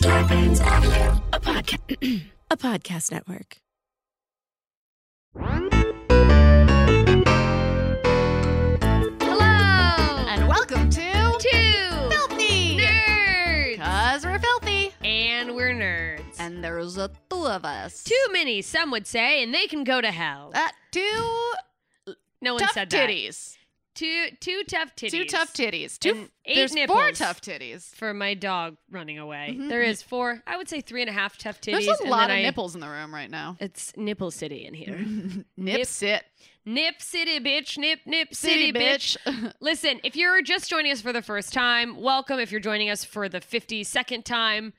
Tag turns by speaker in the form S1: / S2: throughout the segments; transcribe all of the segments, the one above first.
S1: Scarpins Avenue, a, podca- a podcast network.
S2: Hello
S3: And welcome to
S2: to
S3: Filthy
S2: Nerds,
S3: Cause we're filthy.
S2: and we're nerds.
S3: And there's a two of us.
S2: too many, some would say, and they can go to hell.
S3: Uh, two
S2: no one
S3: tough
S2: said
S3: titties.
S2: that. Two two tough titties.
S3: Two tough titties. Two
S2: And
S3: f-
S2: eight
S3: there's four
S2: nipples.
S3: tough titties.
S2: for my dog running away.
S3: Mhm.
S2: There is four. I would say three and a half tough titties.
S3: there's a
S2: and
S3: lot of Mm-hmm.
S2: then I-
S3: nipples in the room right now.
S2: It's nipple city in here.
S3: Nip
S2: Nip-
S3: sit.
S2: nip city, bitch. Nip nip city, bitch. Listen, if you're just joining us for the first time, welcome. If you're joining us for the 52nd time,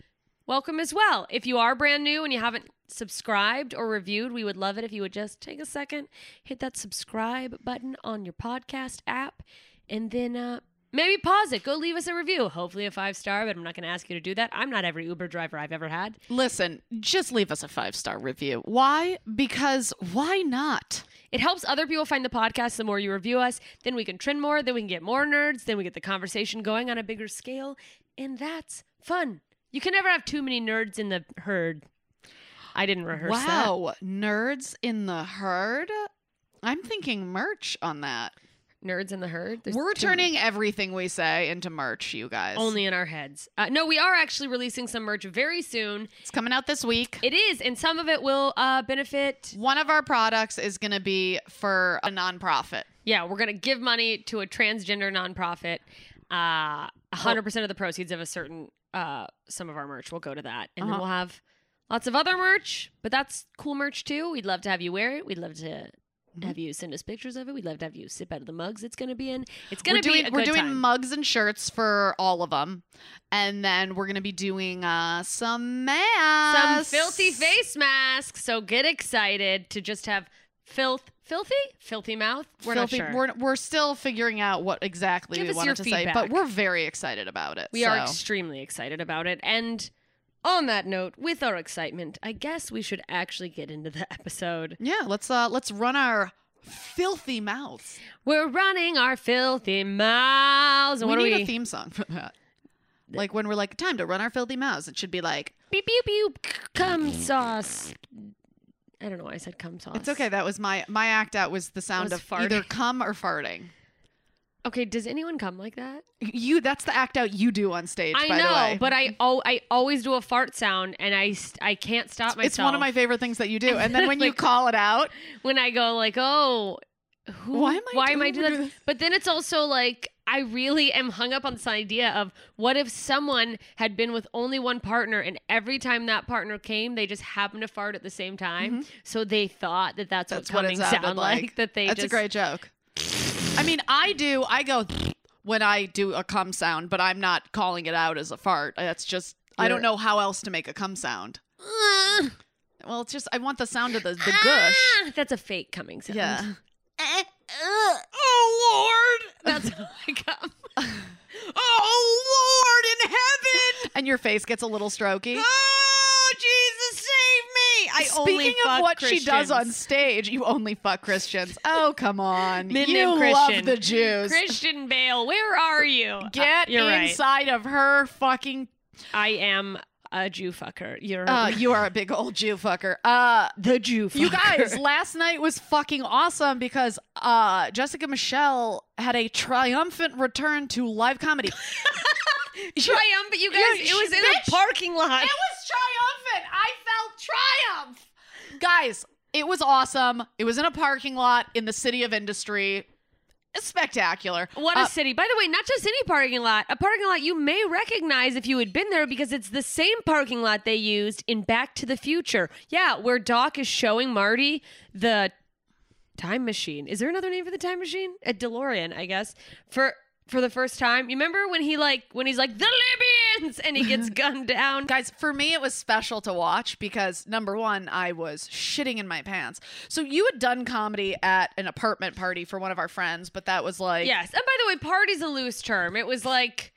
S2: welcome as well. If you are brand new and you haven't subscribed or reviewed, we would love it if you would just take a second, hit that subscribe button on your podcast app, and then uh, maybe pause it. Go leave us a review, hopefully a five star, but I'm not going to ask you to do that. I'm not every Uber driver I've ever had.
S3: Listen, just leave us a five star review. Why? Because why not?
S2: It helps other people find the podcast the more you review us. Then we can trend more. Then we can get more nerds. Then we get the conversation going on a bigger scale. And that's fun. You can never have too many nerds in the herd. I didn't rehearse that.
S3: wow, nerds in the herd. I'm thinking merch on that.
S2: Nerds in the herd. There's
S3: We're
S2: too many.
S3: turning everything we say into merch, you guys.
S2: only in our heads. Uh, no, we are actually releasing some merch very soon.
S3: it's coming out this week.
S2: It is, and some of it will uh, benefit.
S3: One of our products is going to be for a nonprofit.
S2: Yeah, we're gonna give money to a transgender nonprofit. Uh, hundred percent of the proceeds of a certain uh, some of our merch will go to that, and then
S3: Uh-huh.
S2: we'll have lots of other merch. But that's cool merch too. We'd love to have you wear it. We'd love to
S3: Mhm.
S2: have you send us pictures of it. We'd love to have you sip out of the mugs it's gonna be in. It's gonna
S3: we're doing,
S2: be a
S3: we're
S2: good
S3: doing
S2: time.
S3: mugs and shirts for all of them, and then we're going to be doing uh, some
S2: some
S3: masks,
S2: filthy face masks. So get excited to just have filth, filthy, filthy mouth. We're
S3: Filthy-
S2: not sure.
S3: We're, we're still figuring out what exactly
S2: Give
S3: we
S2: us your
S3: wanted to say,
S2: feedback.
S3: but we're very excited about it.
S2: We are
S3: so.
S2: extremely excited about it. And on that note, with our excitement, I guess we should actually get into the episode.
S3: yeah. Let's uh, let's run our filthy mouths.
S2: We're running our filthy mouths. And
S3: we
S2: what
S3: need
S2: do we?
S3: a theme song for that. Like when we're like, time to run our filthy mouths. It should be like,
S2: Beep, beep, beep. Cum sauce. I don't know why I said cum sauce.
S3: it's okay. That was my my act out was the sound
S2: was
S3: of either
S2: farting.
S3: cum or farting.
S2: Okay, does anyone cum like that?
S3: You that's the act out you do on stage,
S2: I
S3: by
S2: know,
S3: the way.
S2: but I oh, I always do a fart sound, and I st- I can't stop myself.
S3: it's one of my favorite things that you do. And then when you
S2: Like-
S3: call it out,
S2: when I go like, oh, who,
S3: Why am I doing
S2: doing
S3: this?
S2: that? But then it's also like I really am hung up on this idea of what if someone had been with only one partner, and every time that partner came, they just happened to fart at the same time, so they thought that that's,
S3: Mm-hmm. that's
S2: what
S3: what it
S2: coming
S3: sounded
S2: sound
S3: like.
S2: like. That they
S3: that's
S2: just
S3: a great joke. I mean, I do. I go when I do a cum sound, but I'm not calling it out as a fart. That's just I don't
S2: You're-
S3: know how else to make a cum sound. Well, it's just I want the sound of the the gush.
S2: Ah, that's a fake coming sound.
S3: Yeah.
S2: Oh Lord, that's how I come.
S3: Oh Lord in heaven! And your face gets a little strokey.
S2: Oh Jesus, save me! I
S3: Speaking
S2: only
S3: of
S2: fuck
S3: what she does on
S2: Christians.
S3: stage, you only fuck Christians. Oh come on,
S2: Min-min
S3: you love
S2: Christian.
S3: the Jews.
S2: Christian Bale, where are you?
S3: Get
S2: Uh, you're right.
S3: inside of her fucking.
S2: I am a Jew fucker. You're
S3: Uh, you are a big old Jew fucker. Uh,
S2: the Jew fucker.
S3: you guys, last night was fucking awesome because uh, Jessica Michelle had a triumphant return to live comedy.
S2: triumph. You guys,
S3: You-
S2: it was in
S3: bitch.
S2: a parking lot.
S3: It was triumphant. I felt triumph. Guys, it was awesome. It was in a parking lot in the city of industry. Spectacular.
S2: What a
S3: Uh,
S2: city. By the way, not just any parking lot. A parking lot you may recognize if you had been there because it's the same parking lot they used in Back to the Future. Yeah, where Doc is showing Marty the time machine. Is there another name for the time machine? A DeLorean, I guess. For for the first time. You remember when he like when he's like the Libyans and he gets gunned down?
S3: Guys, for me, it was special to watch because number one, I was shitting in my pants. So you had done comedy at an apartment party for one of our friends, but that was like,
S2: Yes. And by the way, party's a loose term. It was like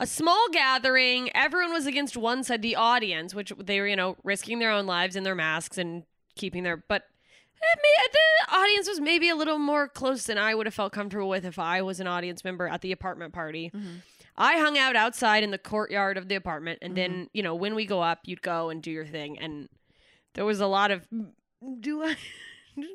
S2: a small gathering. Everyone was against one side, the audience, which they were, you know, risking their own lives in their masks and keeping their. But eh, may- the audience was
S3: Mm-hmm.
S2: maybe a little more close than I would have felt comfortable with if I was an audience member at the apartment party. I hung out outside in the courtyard of the apartment, and
S3: Mm-hmm.
S2: then you know when we go up, you'd go and do your thing, and there was a lot of do I.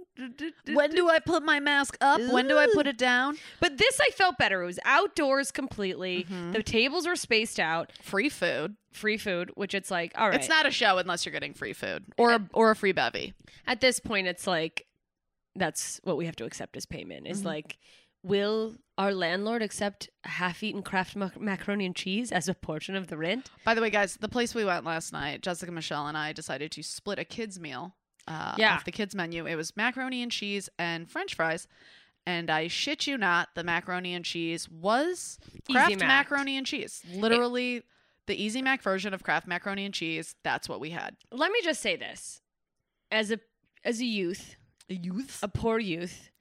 S3: When do I put my mask up? When do I put it down?
S2: But this I felt better. It was outdoors completely.
S3: Mhm.
S2: The tables were spaced out.
S3: Free food.
S2: Free food, which it's like, all right.
S3: It's not a show unless you're getting free food or a, or a free bevy.
S2: at this point it's like that's what we have to accept as payment is
S3: Mhm.
S2: like will our landlord accept a half-eaten kraft mac- macaroni and cheese as a portion of the rent
S3: By the way, guys, the place we went last night, Jessica Michelle and I decided to split a kids meal uh,
S2: Yeah.
S3: off the kids menu. It was macaroni and cheese and French fries, and I shit you not, the macaroni and cheese was
S2: Easy
S3: Kraft
S2: Mac.
S3: macaroni and cheese. Literally, the Easy Mac version of Kraft macaroni and cheese. That's what we had.
S2: let me just say this as a as a youth
S3: Youth.
S2: a poor youth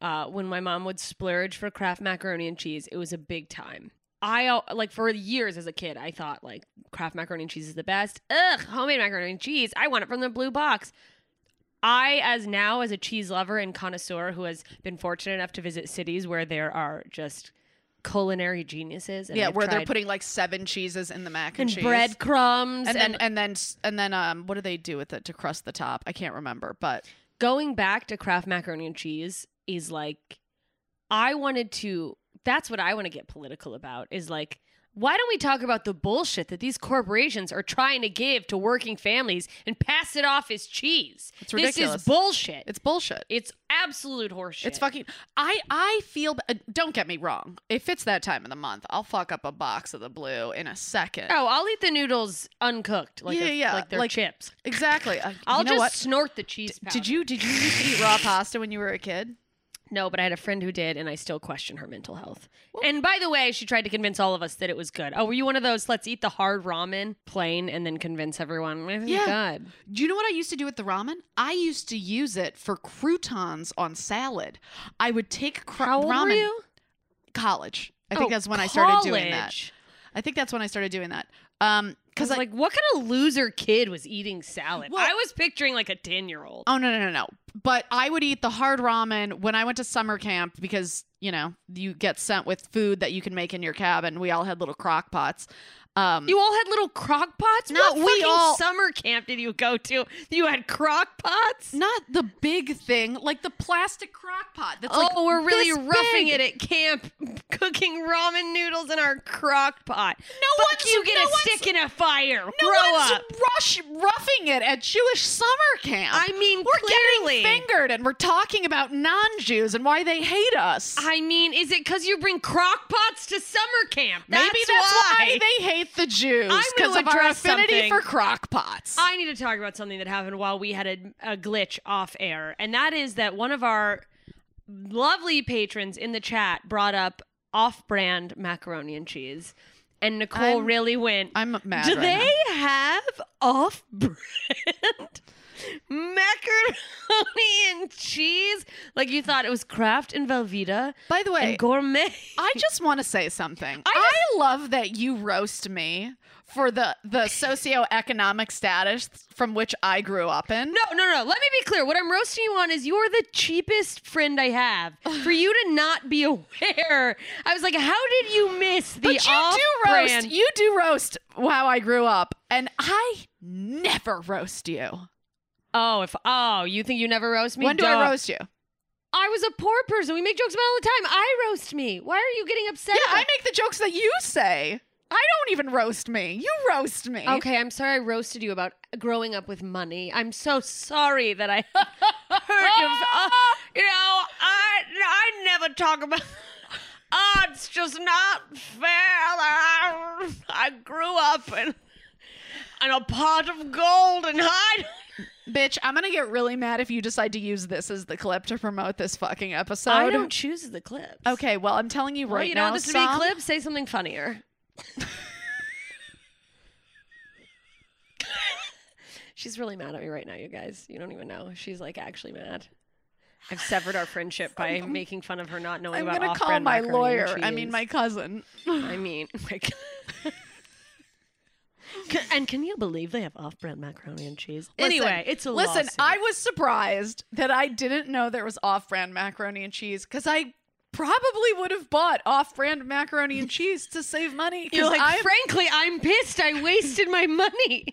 S2: uh, when my mom would splurge for kraft macaroni and cheese it was a big time i al- like for years as a kid i thought like kraft macaroni and cheese is the best ugh homemade macaroni and cheese i want it from the blue box i as now as a cheese lover and connoisseur who has been fortunate enough to visit cities where there are just culinary geniuses and
S3: yeah,
S2: I've
S3: where they're
S2: tried-
S3: putting like seven cheeses in the mac and,
S2: and
S3: cheese.
S2: breadcrumbs
S3: and then and then s- and then um what do they do with it to crust the top i can't remember but
S2: going back to Kraft macaroni and cheese is like I wanted to that's what I want to get political about is like why don't we talk about the bullshit that these corporations are trying to give to working families and pass it off as cheese?
S3: It's
S2: This
S3: ridiculous.
S2: is bullshit. It's,
S3: it's bullshit
S2: absolute horseshit.
S3: it's fucking i i feel b- uh, don't get me wrong if it's that time of the month i'll fuck up a box of the blue in a second
S2: Oh, I'll eat the noodles uncooked, like
S3: Yeah,
S2: they're-
S3: yeah,
S2: like they're
S3: like-
S2: chips.
S3: exactly Uh,
S2: I'll
S3: you know
S2: just
S3: what?
S2: snort the cheese. Powder.
S3: did you did you used to eat raw pasta when you were a kid
S2: No, but I had a friend who did, and I still question her mental health. and by the way, she tried to convince all of us that it was good. Oh, were you one of those? Let's eat the hard ramen plain, and then convince everyone. "Eh,
S3: Yeah.
S2: God.
S3: do you know what i used to do with the ramen i used to use it for croutons on salad i would take cr-
S2: How old
S3: ramen
S2: were you?
S3: college i think
S2: Oh,
S3: that's when i started doing that
S2: college.
S3: i think that's when i started doing that um
S2: I was
S3: because I,
S2: like, what kind of loser kid was eating salad?
S3: Well-
S2: I was picturing like a ten-year-old.
S3: Oh no no no no! But I would eat the hard ramen when I went to summer camp because you know you get sent with food that you can make in your cabin. We all had little crock pots. Um,
S2: you all had little crock pots.
S3: No,
S2: what
S3: we
S2: fucking
S3: all-
S2: summer camp did you go to? You had crock pots.
S3: not the big thing, like the plastic crock pot. That's
S2: oh,
S3: like
S2: we're really
S3: this
S2: roughing
S3: big.
S2: it at camp, cooking ramen noodles in our crock pot. No Fuck
S3: one's-
S2: you get
S3: no
S2: a
S3: one's-
S2: stick in a fire.
S3: No
S2: Grow
S3: one's
S2: up.
S3: rush roughing it at Jewish summer camp.
S2: I mean,
S3: we're
S2: clearly.
S3: getting fingered, and we're talking about non-Jews and why they hate us.
S2: I mean, is it because you bring crock pots to summer camp?
S3: Maybe that's why. they hate the Jews
S2: I'm gonna
S3: because of our
S2: address
S3: affinity
S2: something.
S3: for crock pots.
S2: I need to talk about something that happened while we had a, a glitch off air, and that is that one of our lovely patrons in the chat brought up off-brand macaroni and cheese, and Nicole
S3: I'm-
S2: really went.
S3: I'm mad.
S2: Do
S3: right
S2: they
S3: now.
S2: have off brand macaroni and cheese? Like you thought it was Kraft and Velveeta
S3: By the way,
S2: and gourmet.
S3: I just want to say something. I, love that you roast me for the the socioeconomic status from which I grew up in.
S2: No, no, no. Let me be clear. What I'm roasting you on is you're the cheapest friend I have. For you to not be aware, I was like, how did you miss the
S3: but you do roast.
S2: off-brand?
S3: You do roast how I grew up, and I never roast you.
S2: oh, if oh, you think you never roast me?
S3: when do
S2: Duh.
S3: I roast you?
S2: I was a poor person. We make jokes about it all the time. I roast me. Why are you getting upset?
S3: Yeah,
S2: about
S3: I make the jokes that you say. I don't even roast me. You roast me.
S2: Okay, I'm sorry I roasted you about growing up with money. I'm so sorry that I hurt you. Uh, you know, I I never talk about. Uh, it's just not fair that I, I grew up in, in a pot of gold and hide.
S3: Bitch, I'm gonna get really mad if you decide to use this as the clip to promote this fucking episode.
S2: I don't choose the clips.
S3: Okay, well, I'm telling you right
S2: well, you
S3: now.
S2: don't want this to be a
S3: Sam,
S2: clip. Say something funnier. She's really mad at me right now, you guys. You don't even know. She's like actually mad. I've severed our friendship by making fun of her not knowing
S3: I'm
S2: about
S3: gonna call
S2: off-brand
S3: my
S2: macaroni and
S3: lawyer. I mean,
S2: cheese.
S3: my cousin.
S2: I mean, my God. Can- and can you believe they have off-brand macaroni and cheese? anyway,
S3: Listen,
S2: it's a
S3: listen.
S2: lawsuit.
S3: I was surprised that I didn't know there was off-brand macaroni and cheese because I probably would have bought off-brand macaroni and cheese to save money. 'cause
S2: You're like,
S3: I'm,
S2: frankly, I'm pissed. I wasted my money.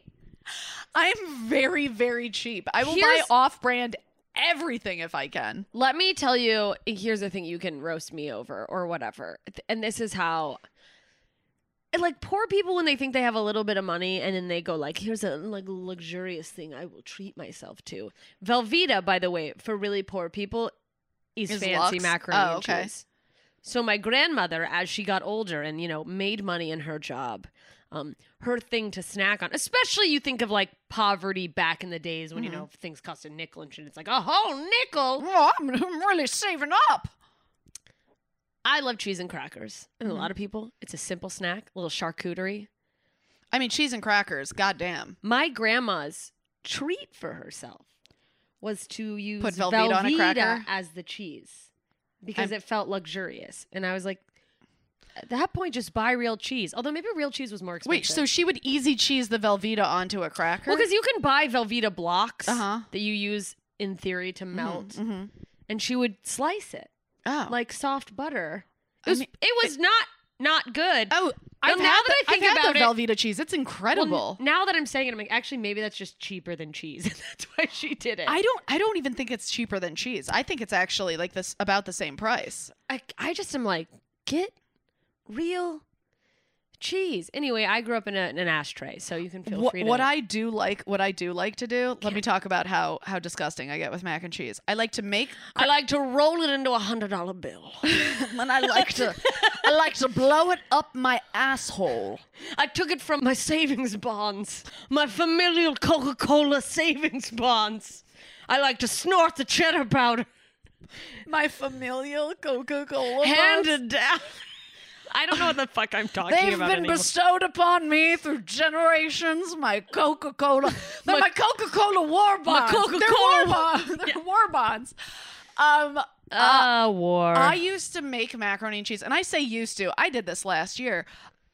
S3: I'm very, very cheap. I will
S2: Here's-
S3: buy off-brand everything if I can.
S2: Let me tell you, here's the thing you can roast me over or whatever. And this is how and, like poor people when they think they have a little bit of money and then they go like here's a like luxurious thing I will treat myself to. Velveeta, by the way, for really poor people is,
S3: Is
S2: fancy
S3: Lux?
S2: macaroni
S3: Oh, okay.
S2: and cheese. So my grandmother, as she got older and you know made money in her job, um, her thing to snack on, especially you think of like poverty back in the days
S3: Mm-hmm.
S2: when you know things cost a nickel and shit. It's like a whole nickel.
S3: Oh, I'm, I'm really saving up.
S2: I love cheese and crackers, and
S3: Mm-hmm.
S2: a lot of people, it's a simple snack, a little charcuterie.
S3: I mean, cheese and crackers. Goddamn.
S2: My grandma's treat for herself was to use
S3: Put Velveeta on a
S2: Velveeta
S3: cracker?
S2: as the cheese because
S3: I'm-
S2: it felt luxurious, and I was like. At that point, just buy real cheese. Although maybe real cheese was more expensive.
S3: Wait, so she would easy cheese the Velveeta onto a cracker?
S2: Well, because you can buy Velveeta blocks
S3: Uh-huh.
S2: that you use in theory to melt,
S3: Mhm.
S2: and she would slice it
S3: Oh.
S2: like soft butter. It
S3: I
S2: was,
S3: mean,
S2: it was not not good.
S3: Oh, I've
S2: now
S3: had
S2: that
S3: the,
S2: I think
S3: have had
S2: about
S3: the Velveeta cheese. It's
S2: Well, n-
S3: incredible.
S2: now that I'm saying it, I'm like, actually, maybe that's just cheaper than cheese. that's why she did it.
S3: I don't. I don't even think it's cheaper than cheese. I think it's actually like this about the same price.
S2: I, I just am like, get real cheese. Anyway, I grew up in, a, in an ashtray, so you can feel
S3: Wh-
S2: free to.
S3: what I do like, what I do like to do. Let me talk about how how disgusting I get with mac and cheese. I like to make,
S2: I like to roll it into a hundred dollar bill.
S3: and I like to, I like to blow it up my asshole.
S2: I took it from my savings bonds, my familial Coca Cola savings bonds. I like to snort the cheddar powder
S3: My familial Coca Cola.
S2: handed down. I don't know what the fuck I'm talking
S3: They've
S2: about.
S3: been
S2: anymore.
S3: bestowed upon me through generations. My Coca Cola, my,
S2: My-
S3: Coca Cola war bonds.
S2: Coca-Cola-
S3: They're war, bonds. They're war bonds. Um,
S2: Ah, war.
S3: I used to make macaroni and cheese, and I say used to. I did this last year.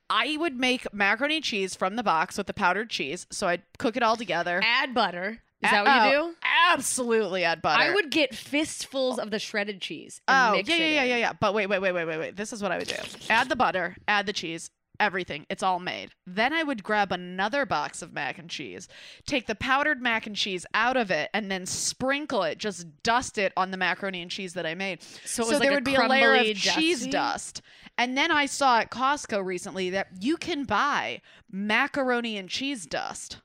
S3: I would make macaroni and cheese from the box with the powdered cheese, so I'd cook it all together.
S2: add butter. Is that what you
S3: Oh,
S2: do?
S3: Absolutely, add butter.
S2: I would get fistfuls of the shredded cheese. And
S3: Oh,
S2: mix
S3: yeah,
S2: it
S3: yeah, yeah,
S2: in.
S3: yeah, yeah. But wait, wait, wait, wait, wait, wait. This is what I would do. Add the butter, add the cheese, everything. It's all made. Then I would grab another box of mac and cheese, take the powdered mac and cheese out of it, and then sprinkle it, just dust it on the macaroni and cheese that I made.
S2: So it was like
S3: there
S2: a
S3: would be a layer of
S2: crumbly,
S3: cheese
S2: dusty?
S3: dust. And then I saw at Costco recently that you can buy macaroni and cheese dust.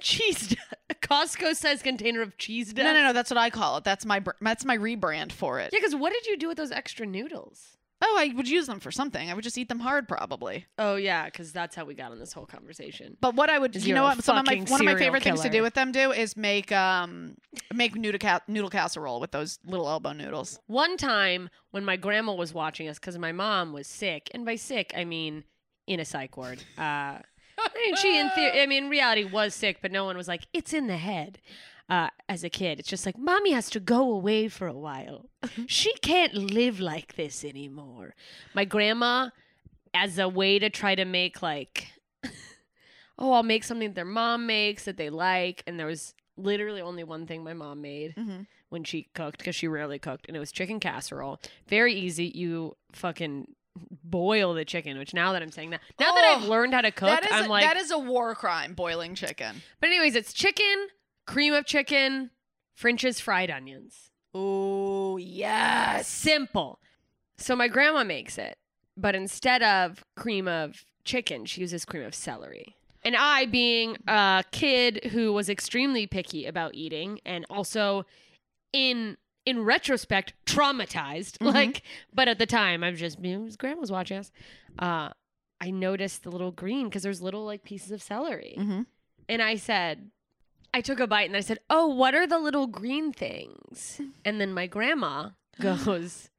S2: Cheese. dust. Costco says container of cheese dust.
S3: No, no, no. That's what I call it. That's my br- that's my rebrand for it.
S2: Yeah, because what did you do with those extra noodles?
S3: Oh, I would use them for something. I would just eat them hard, probably.
S2: Oh yeah, because that's how we got on this whole conversation.
S3: But what I would,
S2: Is
S3: you
S2: you're
S3: know,
S2: a
S3: what some of my
S2: fucking
S3: one of my
S2: serial
S3: favorite things to
S2: killer.
S3: do with them do is make um make noodle ca- noodle casserole with those little elbow noodles.
S2: One time when my grandma was watching us, because my mom was sick, and by sick I mean in a psych ward. Uh, I mean, she in theory, I mean, in reality was sick, but no one was like, "It's in the head." Uh, as a kid, it's just like, "Mommy has to go away for a while. she can't live like this anymore." My grandma, as a way to try to make like, "Oh, I'll make something that their mom makes that they like," and there was literally only one thing my mom made
S3: Mhm.
S2: when she cooked because she rarely cooked, and it was chicken casserole. Very easy. You fucking boil the chicken. Which now that I'm saying that, now that I've
S3: Oh,
S2: learned how to cook,
S3: that is
S2: I'm
S3: a,
S2: like
S3: that is a war crime, boiling chicken.
S2: but anyways, it's chicken, cream of chicken, French's fried onions.
S3: Ooh, yes.
S2: Simple. So my grandma makes it, but instead of cream of chicken, she uses cream of celery. And I, being a kid who was extremely picky about eating, and also in in retrospect traumatized,
S3: Mhm.
S2: like, but at the time I'm just you know, grandma's watching us. Uh, I noticed the little green because there's little like pieces of celery.
S3: Mhm.
S2: And I said, I took a bite and I said, Oh, what are the little green things? And then my grandma goes,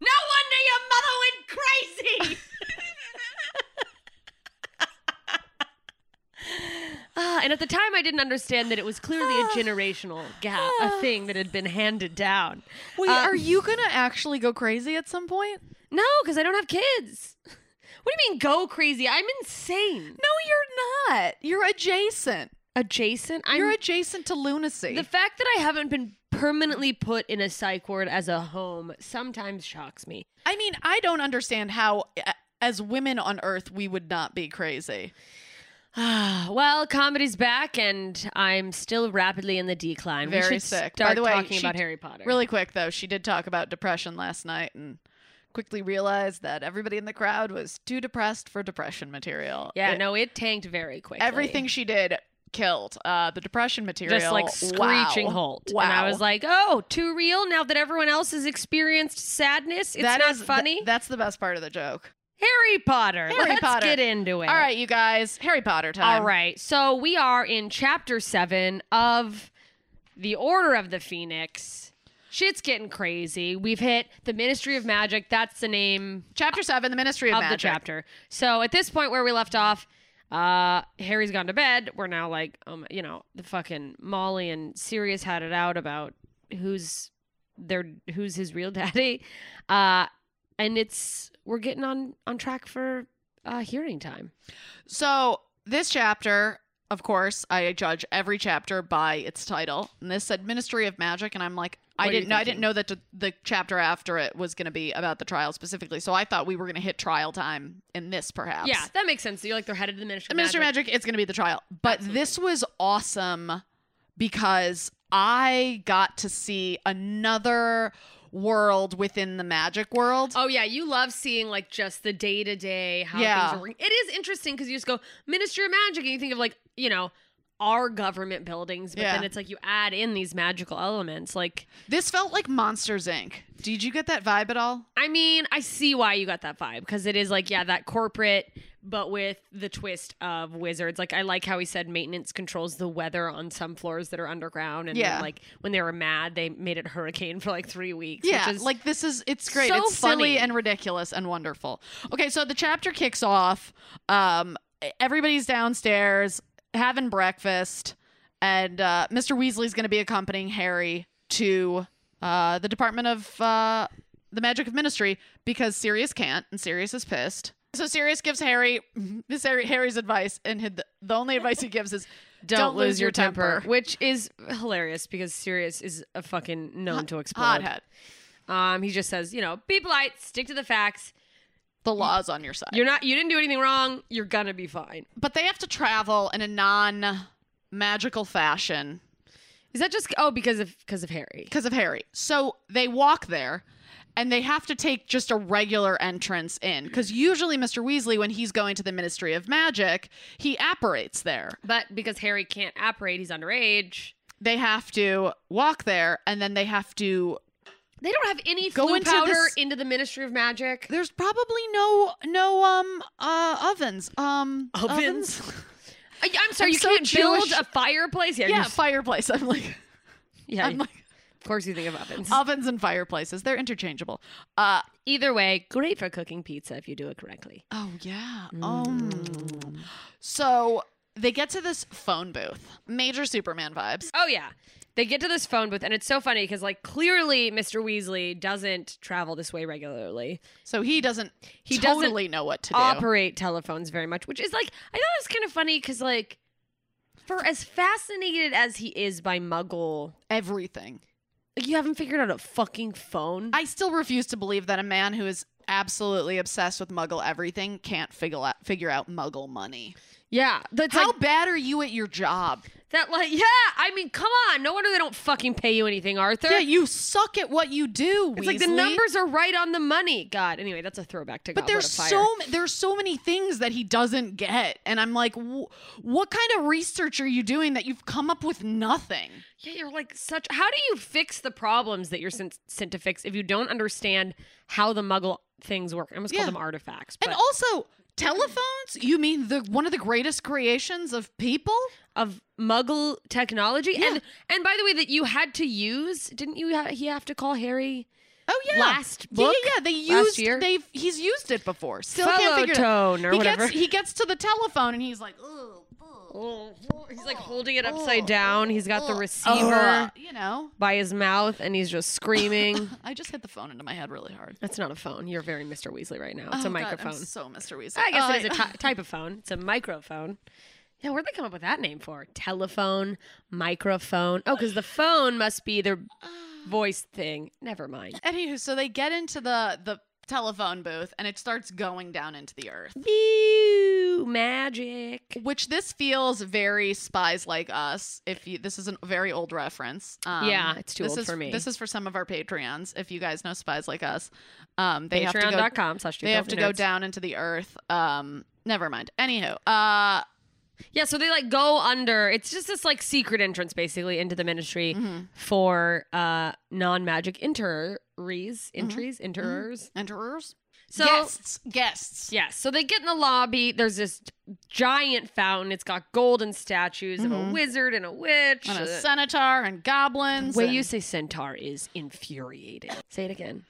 S2: No wonder your mother went crazy. Ah, and at the time, I didn't understand that it was clearly a generational gap, a thing that had been handed down.
S3: Wait,
S2: Uh,
S3: are you gonna actually go crazy at some point?
S2: No, because I don't have kids. What do you mean go crazy? I'm insane.
S3: No, you're not. You're adjacent.
S2: Adjacent? I'm
S3: you're adjacent to lunacy.
S2: The fact that I haven't been permanently put in a psych ward as a home sometimes shocks me.
S3: I mean, I don't understand how, a- as women on Earth, we would not be crazy.
S2: well, comedy's back, and I'm still rapidly in the decline. we
S3: Very
S2: should
S3: sick. By
S2: Start
S3: the way,
S2: talking
S3: she
S2: about
S3: d-
S2: Harry Potter.
S3: Really quick, though, she did talk about depression last night and quickly realized that everybody in the crowd was too depressed for depression material.
S2: Yeah,
S3: It-
S2: no, it tanked very quickly.
S3: Everything she did killed uh, the depression material.
S2: just like screeching
S3: wow.
S2: halt.
S3: Wow.
S2: And I was like, oh, too real now that everyone else has experienced sadness. It's
S3: That
S2: not
S3: is- th-
S2: funny.
S3: that's the best part of the joke.
S2: Harry Potter.
S3: Harry
S2: Let's
S3: Potter.
S2: get into it.
S3: All right, you guys, Harry Potter time.
S2: All right. So we are in chapter seven of The Order of the Phoenix. Shit's getting crazy. We've hit the Ministry of Magic. That's the name
S3: Chapter seven, the Ministry of,
S2: of
S3: Magic.
S2: the chapter. So at this point where we left off, uh, Harry's gone to bed. We're now like, um, you know, the fucking Molly and Sirius had it out about who's their who's his real daddy, uh, and it's we're getting on on track for uh, hearing time.
S3: So this chapter, of course, I judge every chapter by its title. And this said Ministry of Magic, and I'm like, I
S2: What are you
S3: didn't know. I didn't
S2: thinking?
S3: know that the, the chapter after it was going to be about the trial specifically. So I thought we were going to hit trial time in this, perhaps.
S2: Yeah, that makes sense. You're like they're headed to the Ministry.
S3: The
S2: of
S3: Ministry of Magic, it's going to be the trial. But
S2: Absolutely.
S3: this was awesome because I got to see another world within the magic world.
S2: Oh yeah, you love seeing like just the day to day how
S3: Yeah.
S2: things are. working. It is interesting because you just go Ministry of Magic and you think of like you know our government buildings, but
S3: Yeah.
S2: then it's like you add in these magical elements. Like
S3: This felt like Monsters Inc. Did you get that vibe at all?
S2: I mean, I see why you got that vibe because it is like yeah that corporate, but with the twist of wizards. Like I like how he said maintenance controls the weather on some floors that are underground, and then,
S3: Yeah.
S2: like when they were mad, they made it hurricane for like three weeks.
S3: Yeah,
S2: which is,
S3: like this is it's great.
S2: so
S3: it's silly
S2: funny.
S3: and ridiculous and wonderful. Okay, so the chapter kicks off. Um, everybody's downstairs having breakfast, and uh, Mr. Weasley's going to be accompanying Harry to uh, the Department of uh, the Magic of Ministry because Sirius can't, and Sirius is pissed. So Sirius gives Harry this Harry, Harry's advice, and the, the only advice he gives is
S2: don't, lose, your, temper. which is hilarious because Sirius is a fucking known to explode.
S3: Hothead,
S2: Um, he just says, you know, be polite, stick to the facts.
S3: the law's on your side.
S2: You're not, you didn't do anything wrong. You're gonna be fine.
S3: but they have to travel in a non magical fashion
S2: Is that just oh because of because of Harry?
S3: because of Harry. So they walk there and they have to take just a regular entrance in because usually Mr. Weasley, when he's going to the Ministry of Magic, he apparates there.
S2: But because Harry can't operate, he's underage.
S3: They have to walk there and then they have to.
S2: They don't have any
S3: Go
S2: flu
S3: into
S2: powder
S3: this-
S2: into the Ministry of Magic.
S3: There's probably no no um uh ovens um
S2: Ovens? I, am sorry,
S3: I'm
S2: you
S3: so
S2: can't build
S3: Jewish.
S2: a fireplace. Yeah,
S3: yeah
S2: you're-
S3: fireplace I'm like
S2: yeah.
S3: I'm like
S2: of course, you think of ovens.
S3: ovens and fireplaces they're interchangeable uh
S2: Either way, great for cooking pizza if you do it correctly.
S3: Oh yeah. Um.
S2: Mm.
S3: So they get to this phone booth. Major Superman vibes.
S2: Oh yeah. They get to this phone booth and it's so funny because like clearly Mr. Weasley doesn't travel this way regularly.
S3: So he doesn't.
S2: He
S3: He
S2: doesn't
S3: totally know what to do.
S2: Operate telephones very much, which is like I thought it was kind of funny cuz like for as fascinated as he is by muggle,
S3: Everything.
S2: like you haven't figured out a fucking phone.
S3: I still refuse to believe that a man who is absolutely obsessed with Muggle everything can't figure out figure out Muggle money.
S2: yeah. That's
S3: How
S2: like
S3: bad are you at your job?
S2: that like yeah, I mean come on. No wonder they don't fucking pay you anything, Arthur.
S3: Yeah, you suck at what you do.
S2: it's like the
S3: Weasley.
S2: numbers are right on the money. God. Anyway, that's a throwback to
S3: But
S2: Goblet
S3: there's
S2: of Fire.
S3: so ma- there's so many things that he doesn't get, and I'm like, wh- what kind of research are you doing that you've come up with nothing?
S2: Yeah, you're like such. How do you fix the problems that you're sent, sent to fix if you don't understand how the Muggle things work? I almost
S3: Yeah.
S2: call them artifacts. But
S3: And also, telephones? You mean the one of the greatest creations of people?
S2: of Muggle technology,
S3: Yeah.
S2: and and by the way, that you had to use, didn't you? Ha- he have to call Harry
S3: Oh yeah.
S2: last
S3: yeah,
S2: book.
S3: yeah, yeah. They
S2: last
S3: used
S2: year?
S3: they've he's used it before. Still can't figure it out.
S2: Photone or
S3: he
S2: whatever.
S3: gets he gets to the telephone and he's like, "Ugh, ugh,
S2: Oh, he's like holding
S3: oh,
S2: it upside down. He's got the
S3: ugh,
S2: receiver
S3: ugh," you know.
S2: by his mouth, and he's just screaming.
S3: I just hit the phone into my head really hard.
S2: That's not a phone. You're very Mr. Weasley right now. It's
S3: Oh,
S2: a
S3: God, I'm
S2: microphone.
S3: so Mr. Weasley.
S2: I guess
S3: Oh,
S2: it is a ty- type of phone. It's a microphone. Yeah, where'd they come up with that name for? Telephone, microphone. Oh, because the phone must be their voice thing. Never mind.
S3: Anywho, so they get into the the telephone booth and it starts going down into the earth.
S2: View magic.
S3: Which this feels very spies like us. If you, this is a very old reference. Um,
S2: Yeah, it's too
S3: this
S2: old
S3: is-
S2: for me.
S3: This is for some of our patreons. If you guys know spies like us, um, they have to go
S2: Patreon.com slash
S3: they have to go down into the earth. Um, never mind. Anywho, uh,
S2: Yeah, so they like go under. It's just this like secret entrance basically into the ministry for uh non magic enterees, entries, enterers.
S3: enterers,
S2: So
S3: guests, guests.
S2: Yeah, so they get in the lobby. There's this giant fountain. It's got golden statues of a wizard and a witch.
S3: Mm-hmm. And a
S2: Uh,
S3: senator and goblins.
S2: the way you
S3: and
S2: say centaur is infuriated. Say it again.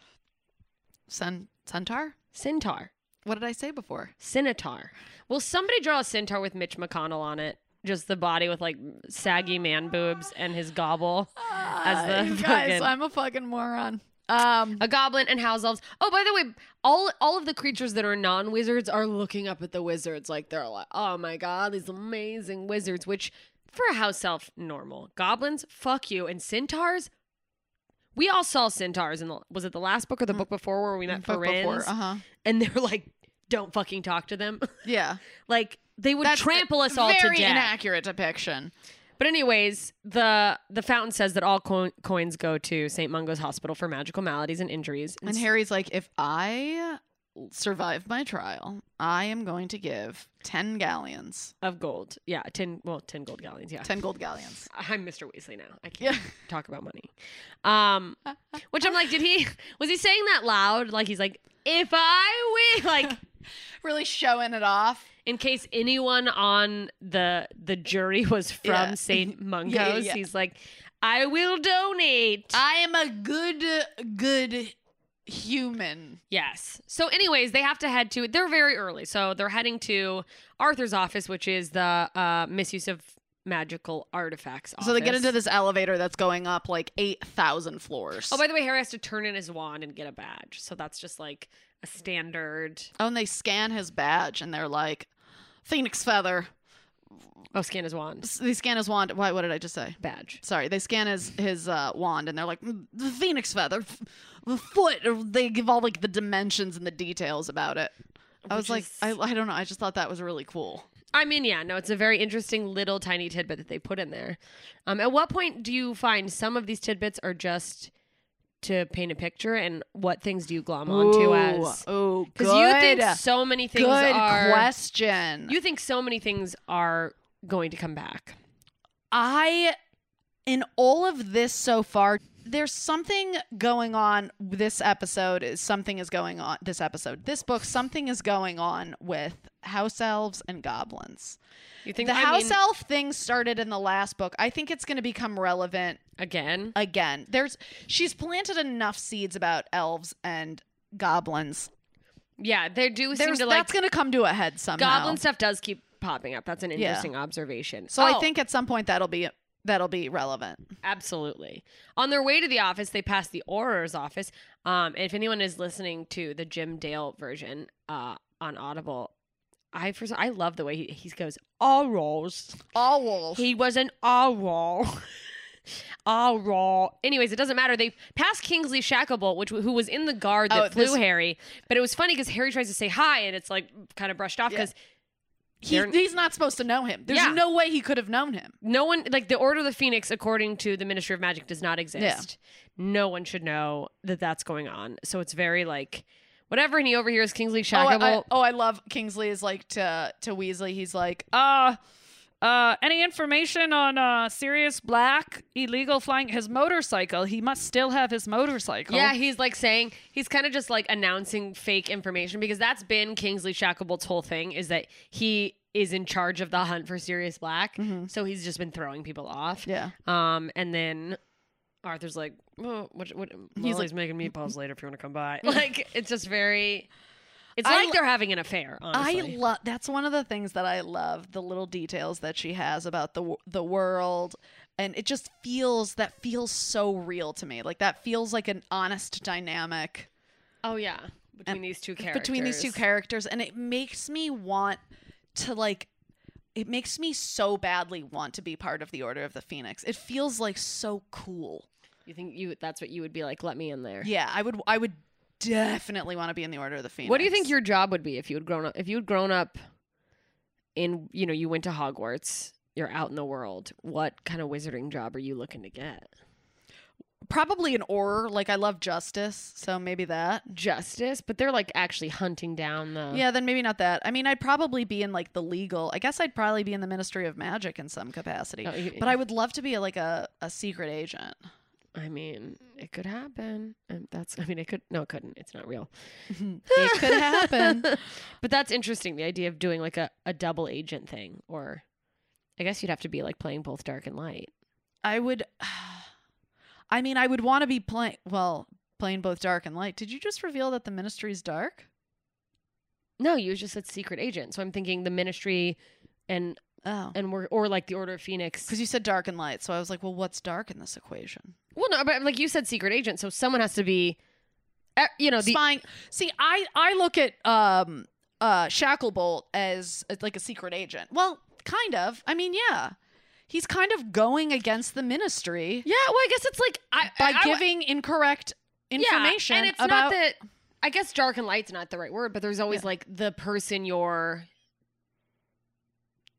S3: cen- centaur?
S2: Centaur.
S3: What did I say before?
S2: Centaur. Will somebody draw a centaur with Mitch McConnell on it? Just the body with like saggy man boobs and his gobble. As the
S3: Uh, you guys,
S2: fucking-
S3: I'm a fucking moron. Um,
S2: A goblin and house elves. Oh, by the way, all all of the creatures that are non wizards are looking up at the wizards like they're like, oh my god, these amazing wizards. Which for a house elf, normal. Goblins, fuck you, and centaurs. We all saw centaurs in the was it the last book or the book before where we met
S3: but Mm. before,
S2: Ferenz,
S3: uh huh.
S2: and they're like, don't fucking talk to them.
S3: Yeah,
S2: like they would
S3: That's
S2: trample
S3: a
S2: us all
S3: Very
S2: to death.
S3: inaccurate depiction.
S2: But anyways, the the fountain says that all co- coins go to St. Mungo's Hospital for magical maladies and injuries.
S3: And
S2: s-
S3: Harry's like, if I survive my trial, I am going to give ten galleons,
S2: of gold. Yeah, ten well, ten gold galleons. Yeah,
S3: ten gold galleons.
S2: I'm Mr. Weasley now. I can't
S3: Yeah,
S2: talk about money. Um, which I'm like, did he was he saying that loud? Like he's like, if I win, like
S3: really showing it off.
S2: in case anyone on the the jury was from
S3: Yeah.
S2: Saint Mungo's,
S3: yeah, yeah. Uh,
S2: he's like, I will donate.
S3: I am a good, good human.
S2: Yes. So, anyways, they have to head to. They're very early, so they're heading to Arthur's office, which is the uh, misuse of magical artifacts. Office.
S3: So they get into this elevator that's going up like eight thousand floors.
S2: Oh, by the way, Harry has to turn in his wand and get a badge. So that's just like a standard.
S3: Oh, and they scan his badge and they're like, Phoenix feather.
S2: Oh, scan his wand.
S3: S- They scan his wand. Why? What did I just say?
S2: Badge.
S3: Sorry, they scan his his uh, wand and they're like "Mm, the phoenix feather, f- the foot. or They give all like the dimensions and the details about it. I was
S2: Which
S3: like,
S2: is-
S3: I, I don't know. I just thought that was really cool.
S2: I mean, yeah, no, it's a very interesting little tiny tidbit that they put in there. Um, at what point do you find some of these tidbits are just to paint a picture, and what things do you glom onto as?
S3: oh,
S2: Because you think so many things
S3: good
S2: are.
S3: question.
S2: You think so many things are going to come back.
S3: I, in all of this so far, there's something going on. This episode is something is going on. This episode, this book, something is going on with house elves and goblins.
S2: You think
S3: the
S2: I
S3: house
S2: mean,
S3: elf thing started in the last book. I think it's going to become relevant
S2: again?
S3: again. There's she's planted enough seeds about elves and goblins.
S2: Yeah, they do seem
S3: There's,
S2: to like
S3: that's going to come to a head somehow.
S2: goblin stuff does keep popping up. That's an
S3: Yeah.
S2: interesting observation.
S3: so I
S2: Oh,
S3: think at some point that'll be that'll be relevant.
S2: absolutely. On their way to the office, they pass the Auror's office. Um, if anyone is listening to the Jim Dale version uh, on Audible, I for I love the way he, he goes Aurors.
S3: All
S2: He was an Auror. Auror. Anyways, it doesn't matter. They passed Kingsley Shacklebolt, which who was in the guard that
S3: Oh,
S2: flew
S3: this-
S2: Harry. But it was funny because Harry tries to say hi, and it's like kind of brushed off
S3: Yeah.
S2: because
S3: he,
S2: They're-
S3: he's not supposed to know him. There's
S2: Yeah.
S3: no way he could have known him.
S2: no one like the Order of the Phoenix, according to the Ministry of Magic, does not exist. No one should know that that's going on. So it's very like whatever. And he overhears Kingsley
S3: Oh I,
S2: Shacklebolt.
S3: I- oh, I love Kingsley is like to to Weasley. He's like, uh,
S4: Uh, any information on uh, Sirius Black illegal flying his motorcycle? He must still have his motorcycle.
S2: Yeah, he's like saying he's kind of just like announcing fake information because that's been Kingsley Shacklebolt's whole thing is that he is in charge of the hunt for Sirius Black, so he's just been throwing people off.
S3: yeah.
S2: Um, and then Arthur's like, well, what, what, he's
S3: like-
S2: making me pause later if you want to come by. Like, it's just very. It's
S3: I
S2: like
S3: lo-
S2: they're having an affair.
S3: I
S2: Honestly,
S3: love that's one of the things that I love the little details that she has about the w- the world and it just feels that feels so real to me like that feels like an honest dynamic
S2: oh yeah, between these two characters.
S3: between these two characters and it makes me want to like it makes me so badly want to be part of the Order of the Phoenix. It feels like so cool.
S2: You think you that's what you would be like? Let me in there.
S3: Yeah, I would I would definitely want to be in the Order of the Phoenix.
S2: What do you think your job would be if you had grown up? If you had grown up in, you know, you went to Hogwarts, you're out in the world. What kind of wizarding job are you looking to get?
S3: probably an orr like I love justice, so maybe that.
S2: Justice, but they're like actually hunting down the.
S3: Yeah, then maybe not that. I mean, I'd probably be in like the legal. I guess I'd probably be in the Ministry of Magic in some capacity.
S2: Oh, you-
S3: But I would love to be like a, a secret agent.
S2: I mean, it could happen. And that's. I mean, it could. No, it couldn't. It's not real.
S3: it could happen.
S2: but that's interesting. The idea of doing like a, a double agent thing, or I guess you'd have to be like playing both dark and light.
S3: I would. I mean, I would want to be playing. Well, playing both dark and light. Did you just reveal that the ministry's dark?
S2: No, you just said secret agent. So I'm thinking the ministry, and
S3: Oh.
S2: and we're or like the Order of Phoenix.
S3: Because you said dark and light, so I was like, well, what's dark in this equation?
S2: well, no, but like you said, secret agent. So someone has to be, eh, you know, the
S3: spying. See, I I look at um uh Shacklebolt as as like a secret agent. Well, kind of. I mean, yeah, he's kind of going against the Ministry
S2: Yeah, well, I guess it's like I,
S3: by
S2: I- I-
S3: giving incorrect information
S2: yeah, and it's
S3: about.
S2: not that. I guess dark and light's not the right word, but there's always like the person you're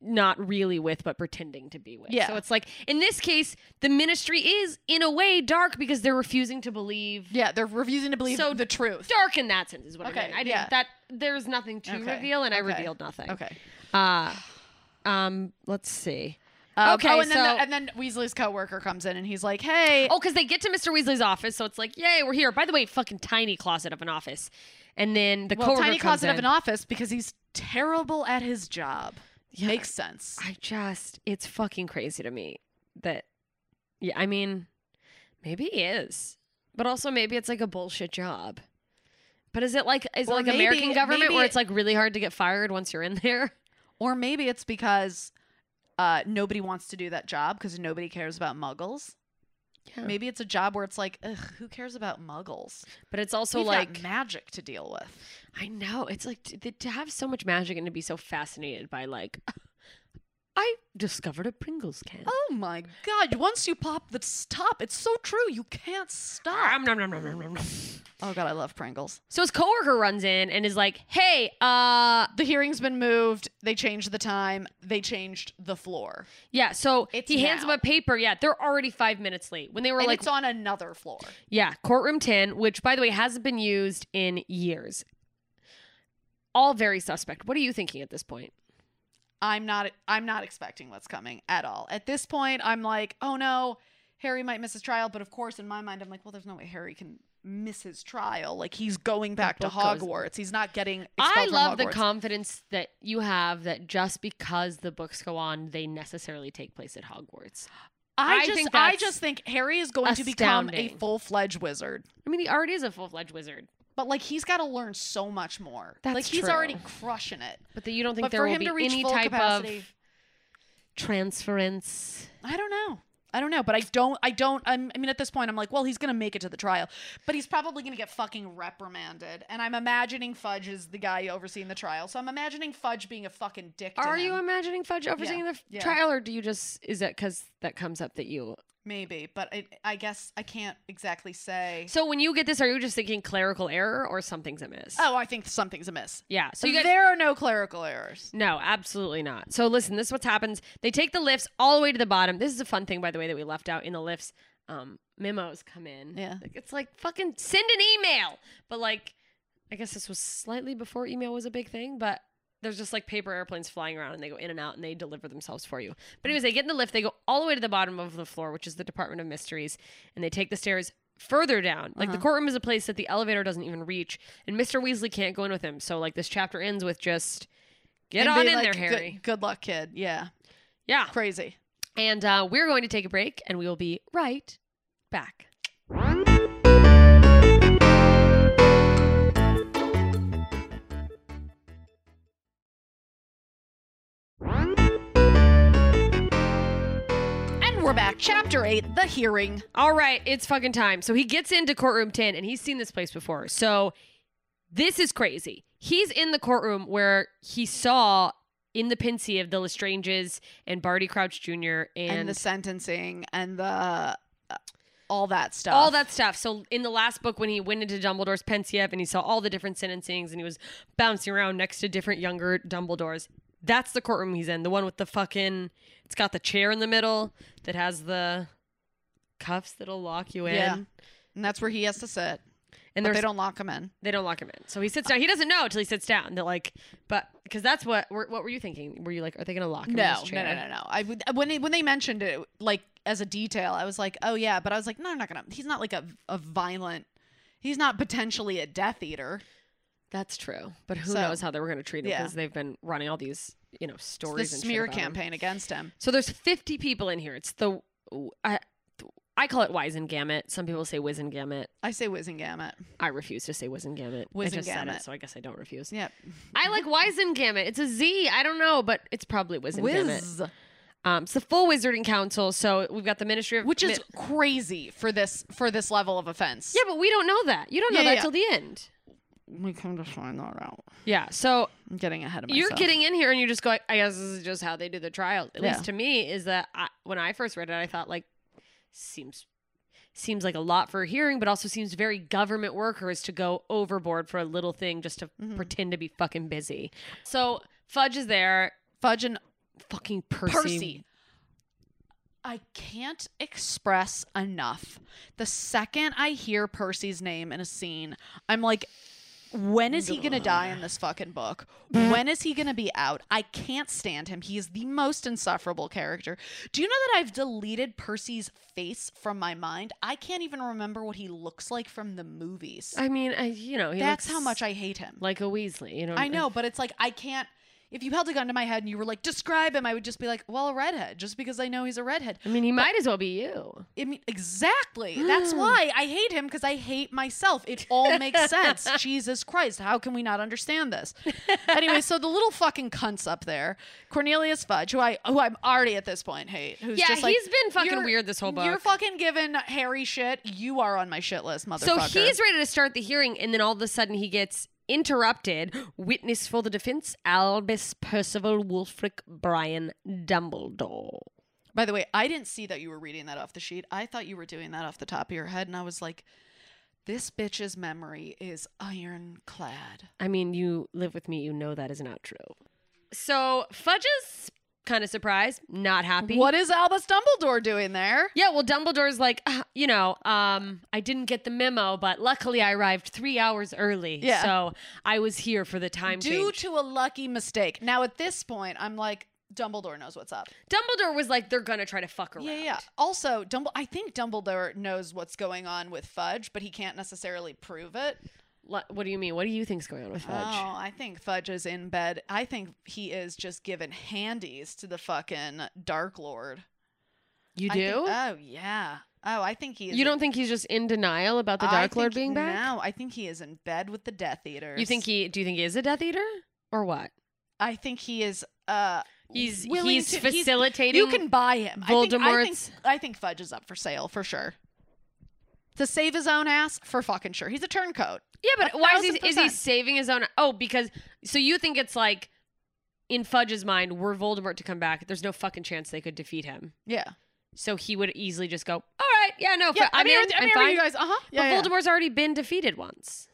S2: not really with, but pretending to be with.
S3: Yeah.
S2: So it's like in this case, the ministry is in a way dark because they're refusing to believe.
S3: yeah, they're refusing to believe
S2: So
S3: the truth.
S2: Dark in that sense is what I
S3: Okay,
S2: mean. I didn't,
S3: yeah.
S2: that there's nothing to
S3: Okay,
S2: reveal, and I
S3: okay,
S2: revealed nothing.
S3: Okay.
S2: Uh, um, let's see.
S3: Um,
S2: Okay,
S3: Oh, and then
S2: so-
S3: the, and then Weasley's coworker comes in and he's like, "Hey,
S2: Oh, because they get to Mr. Weasley's office, so it's like, yay, we're here. By the way, fucking tiny closet of an office. And then the
S3: well,
S2: coworker
S3: tiny
S2: comes
S3: closet
S2: in.
S3: of an office because he's terrible at his job."
S2: Yeah.
S3: Makes sense.
S2: I just, it's fucking crazy to me that, yeah, I mean, maybe he is, but also maybe it's like a bullshit job. But is it like is
S3: Or
S2: it like
S3: maybe-
S2: American government
S3: maybe
S2: where
S3: it-
S2: it's like really hard to get fired once you're in there?
S3: Or maybe it's because uh, nobody wants to do that job because nobody cares about muggles.
S2: Yeah.
S3: Maybe it's a job where it's like, Ugh, who cares about muggles?
S2: But it's also
S3: So like
S2: like
S3: magic to deal with.
S2: I know it's like to, th- to have so much magic and to be so fascinated by like I discovered a Pringles can.
S3: Oh my god! Once you pop the s- top, it's so true. You can't stop.
S2: Nom, nom, nom, nom, nom, nom, nom. Ah.
S3: Oh god, I love Pringles.
S2: So his coworker runs in and is like, "Hey, uh,
S3: The hearing's been moved. They changed the time. They changed the floor.
S2: yeah." So
S3: It's
S2: he hands
S3: now.
S2: him a paper. Yeah, they're already five minutes late when they were
S3: and
S2: like,
S3: it's on another floor.
S2: "Yeah, courtroom ten, which by the way hasn't been used in years." All very suspect. What are you thinking at this point?
S3: I'm not I'm not expecting what's coming at all. At this point, I'm like, oh no, Harry might miss his trial, but of course in my mind I'm like, well there's no way Harry can miss his trial. Like he's going back to
S2: book goes-
S3: Hogwarts. He's not getting expelled
S2: I
S3: from
S2: love the
S3: Hogwarts.
S2: confidence that you have that just because the books go on, they necessarily take place at Hogwarts.
S3: I,
S2: I
S3: just
S2: think
S3: I
S2: that's
S3: just think Harry is going to become a
S2: astounding.
S3: full-fledged wizard.
S2: I mean, he already is a full fledged wizard,
S3: But like he's got to learn so much more.
S2: That's
S3: like he's
S2: true.
S3: already crushing it.
S2: but the, you don't think
S3: But
S2: there
S3: for
S2: will
S3: him
S2: be
S3: to reach
S2: any
S3: full
S2: type
S3: capacity-
S2: of transference.
S3: I don't know. I don't know, but I don't. I don't. I'm, I mean, at this point, I'm like, well, he's gonna make it to the trial, but he's probably gonna get fucking reprimanded. And I'm imagining Fudge is the guy overseeing the trial, so I'm imagining Fudge being a fucking dick. to
S2: Are you
S3: him.
S2: imagining Fudge overseeing the f-
S3: yeah.
S2: trial, or do you just is that because that comes up that you?
S3: Maybe, but I, I guess I can't exactly say.
S2: So when you get this, are you just thinking clerical error or something's amiss?
S3: oh, I think something's amiss.
S2: yeah. So you guys,
S3: there are no clerical errors.
S2: no, absolutely not. So listen, this is what happens. They take the lifts all the way to the bottom. This is a fun thing, by the way, that we left out in the lifts. Um, memos come in.
S3: Yeah.
S2: Like, it's like fucking send an email, but like, I guess this was slightly before email was a big thing, but. There's just like paper airplanes flying around and they go in and out and they deliver themselves for you. But anyways, they get in the lift, they go all the way to the bottom of the floor, which is the Department of Mysteries, and they take the stairs further down. Like the courtroom is a place that the elevator doesn't even reach, and Mr. Weasley can't go in with him. So like this chapter ends with just get
S3: And
S2: on
S3: be
S2: in there,
S3: like, "Good-
S2: Harry.
S3: Good, luck, kid. Yeah,
S2: Yeah.
S3: crazy.
S2: And uh, we're going to take a break and we will be right back.
S3: And we're back. Chapter eight: The hearing.
S2: All right, it's fucking time. So he gets into courtroom 10 and he's seen this place before. So this is crazy. He's in the courtroom where he saw in the Pincy of the Lestranges and Barty Crouch Jr. and,
S3: and, the sentencing and the uh, all that stuff.
S2: all that stuff. So in the last book, when he went into Dumbledore's Pensieve and he saw all the different sentencings and he was bouncing around next to different younger Dumbledores, that's the courtroom he's in. The one with the fucking, it's got the chair in the middle that has the cuffs that'll lock you in.
S3: Yeah. and that's where he has to sit.
S2: And
S3: But
S2: there's
S3: they don't lock him in.
S2: They don't lock him in. So he sits down. He doesn't know until he sits down. They're like, but because that's what. were- What were you thinking? Were you like, are they gonna lock him in
S3: No,
S2: his
S3: no,
S2: chair?
S3: no, no, no. I would- uh, when they, when they mentioned it, like as a detail, I was like, oh yeah, but I was like, no, I'm not gonna. He's not like a a violent. He's not potentially a Death Eater.
S2: That's true. But who
S3: So-
S2: knows how they were gonna treat him
S3: Yeah.
S2: because they've been running all these, you know,
S3: It's
S2: stories.
S3: This
S2: and shit
S3: smear
S2: about him.
S3: campaign against him.
S2: So there's 50 people in here. It's the I, I call it Wizengamot. Some people say Wizengamot.
S3: I say Wizengamot.
S2: I refuse to say Wizengamot. I just said
S3: Wizengamot.
S2: it, so I guess I don't refuse.
S3: Yeah,
S2: I like Wizengamot. It's a Z. I don't know, but it's probably Wizengamot.
S3: Wiz,
S2: Um, it's the full Wizarding Council. So we've got the Ministry of
S3: which is
S2: Mi-
S3: crazy for this for this level of offense.
S2: yeah, but we don't know that. You don't know
S3: Yeah,
S2: that
S3: yeah.
S2: till the end.
S3: we come to find that out.
S2: Yeah. So
S3: I'm getting ahead of myself.
S2: you're getting in here and you're just going, I guess this is just how they do the trial. At
S3: Yeah.
S2: least to me, is that I, when I first read it, I thought like seems seems like a lot for a hearing, but also seems very government workers to go overboard for a little thing just to
S3: Mhm.
S2: pretend to be fucking busy. So Fudge is there,
S3: fudge and
S2: fucking Percy.
S3: Percy. I can't express enough. The second I hear Percy's name in a scene, I'm like, when is he going to die in this fucking book? When is he going to be out? I can't stand him. He is the most insufferable character. Do you know that I've deleted Percy's face from my mind? I can't even remember what he looks like from the movies.
S2: I mean, I, you know, he
S3: That's
S2: looks
S3: how much I hate him.
S2: like a Weasley. You know,
S3: I know, but it's like I can't. If you held a gun to my head and you were like, describe him, I would just be like, well, a redhead, just because I know he's a redhead.
S2: I mean, he might as well be you.
S3: I mean, exactly. That's why I hate him because I hate myself. It all makes sense. Jesus Christ, how can we not understand this? Anyway, so the little fucking cunts up there, Cornelius Fudge, who I who I'm already at this point hate. Who's
S2: Yeah,
S3: just like,
S2: he's been fucking
S3: "You're-
S2: weird this whole book.
S3: You're fucking giving Harry shit. You are on my shit list, motherfucker.
S2: So he's ready to start the hearing, and then all of a sudden he gets interrupted. Witness for the defense: Albus Percival Wulfric Brian Dumbledore.
S3: By the way, I didn't see that you were reading that off the sheet. I thought you were doing that off the top of your head, and I was like, this bitch's memory is ironclad.
S2: I mean, you live with me; you know that is not true. So Fudge is kind of surprised, not happy.
S3: What is Albus Dumbledore doing there?
S2: Yeah, well, Dumbledore's like, "Ah, you know, um, I didn't get the memo, but luckily I arrived three hours early,
S3: Yeah.
S2: so I was here for the time
S3: Due
S2: change.
S3: to a lucky mistake. Now, at this point, I'm like, Dumbledore knows what's up.
S2: Dumbledore was like, they're gonna try to fuck around.
S3: Yeah, yeah. Also, Dumble- I think Dumbledore knows what's going on with Fudge, but he can't necessarily prove it.
S2: Lu- What do you mean? What do you think's going on with Fudge?
S3: Oh, I think Fudge is in bed. I think he is just giving handies to the fucking Dark Lord.
S2: you
S3: I
S2: do?
S3: think- oh yeah. Oh, I think he is.
S2: You don't think he's just in denial about the
S3: I
S2: Dark Lord being
S3: think-
S2: back?
S3: No, I think he is in bed with the Death Eaters.
S2: You think he? Do you think he is a Death Eater or what?
S3: I think he is. Uh,
S2: He's
S3: willing
S2: he's
S3: to-
S2: facilitating.
S3: you can buy him. I think, I,
S2: Voldemort's-
S3: think, I think Fudge is up for sale for sure. To save his own ass, for fucking sure. He's a turncoat.
S2: Yeah, but
S3: A
S2: why is
S3: thousand
S2: he? Is he
S3: percent.
S2: saving his own? Oh, because so you think it's like in Fudge's mind, were Voldemort to come back, there's no fucking chance they could defeat him.
S3: Yeah.
S2: So he would easily just go, all right, yeah, no,
S3: Yeah.
S2: fi- I'm
S3: mean,
S2: in, I'm
S3: mean,
S2: fine.
S3: you guys. Uh huh. Yeah. yeah.
S2: but Voldemort's already been defeated once.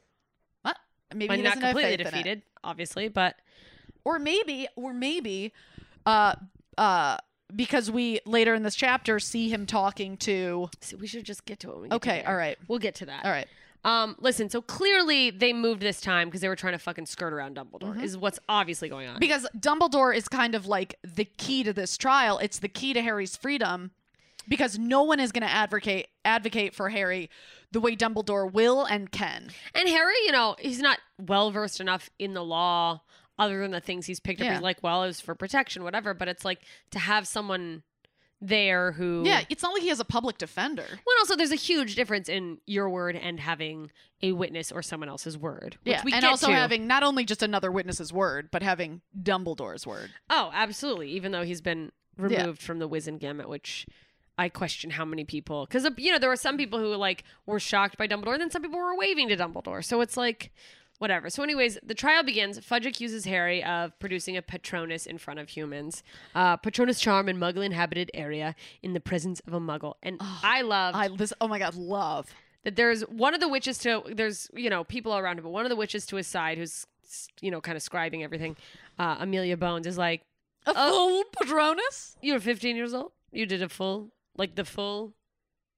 S3: What? Maybe
S2: Well,
S3: he
S2: not
S3: doesn't have
S2: completely
S3: faith in it.
S2: defeated, obviously, but
S3: or maybe or maybe uh uh because we later in this chapter see him talking to
S2: so we should just get to it. When we get to
S3: okay
S2: there.
S3: all right
S2: We'll get to that.
S3: all right
S2: Um, listen, so clearly they moved this time because they were trying to fucking skirt around Dumbledore,
S3: Mm-hmm.
S2: is what's obviously going on.
S3: because dumbledore is kind of like the key to this trial it's the key to harry's freedom because no one is going to advocate advocate for harry the way dumbledore will and can
S2: and Harry, you know, he's not well versed enough in the law other than the things he's picked up.
S3: Yeah.
S2: He's like, well, it was for protection, whatever, but it's like to have someone there who.
S3: yeah it's not like he has a public defender
S2: Well, also, there's a huge difference in your word and having a witness or someone else's word. Which
S3: yeah,
S2: we
S3: and
S2: get
S3: also
S2: to.
S3: having not only just another witness's word, but having Dumbledore's word.
S2: Oh, absolutely. Even though he's been
S3: Yeah.
S2: removed from the Wiz and Gamut, which I question how many people, uh, because you know there were some people who like were shocked by Dumbledore, and then some people were waving to Dumbledore. So it's like Whatever. So, anyways, the trial begins. Fudge accuses Harry of producing a Patronus in front of humans. Uh, Patronus charm in muggle inhabited area in the presence of a muggle. And I love
S3: I this oh my god, love.
S2: that there's one of the witches to there's you know people around him, but one of the witches to his side who's you know kind of scribing everything. Uh, Amelia Bones is like,
S3: A full Patronus?
S2: "You were 15 years old. You did a full like the full."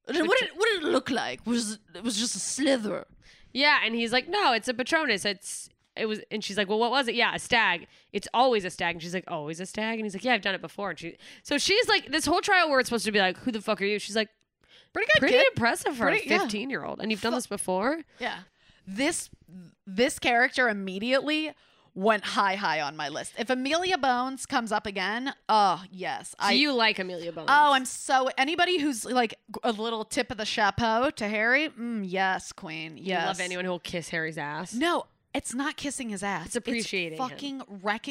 S3: What did, what did it look like? Was it, it was just a slither.
S2: Yeah, and he's like, "No, it's a Patronus. It's it was." And she's like, "Well, what was it? Yeah, a stag. It's always a stag." And she's like, "Always a stag." And he's like, "Yeah, I've done it before." And she so she's like, this whole trial where it's supposed to be like, "Who the fuck are you?" She's like,
S3: Pretty good
S2: "Pretty
S3: kid.
S2: impressive for
S3: Pretty-
S2: a
S3: yeah.
S2: 15 year old, and you've done this before."
S3: Yeah. This this character immediately went high high on my list. If Amelia Bones comes up again, oh yes,
S2: So
S3: I
S2: you like Amelia Bones?
S3: Oh, I'm so anybody who's like a little tip of the chapeau to Harry. Mm, yes, Queen.
S2: You
S3: Yes.
S2: love anyone who will kiss Harry's ass.
S3: No, it's not kissing his ass.
S2: It's appreciating him.
S3: fucking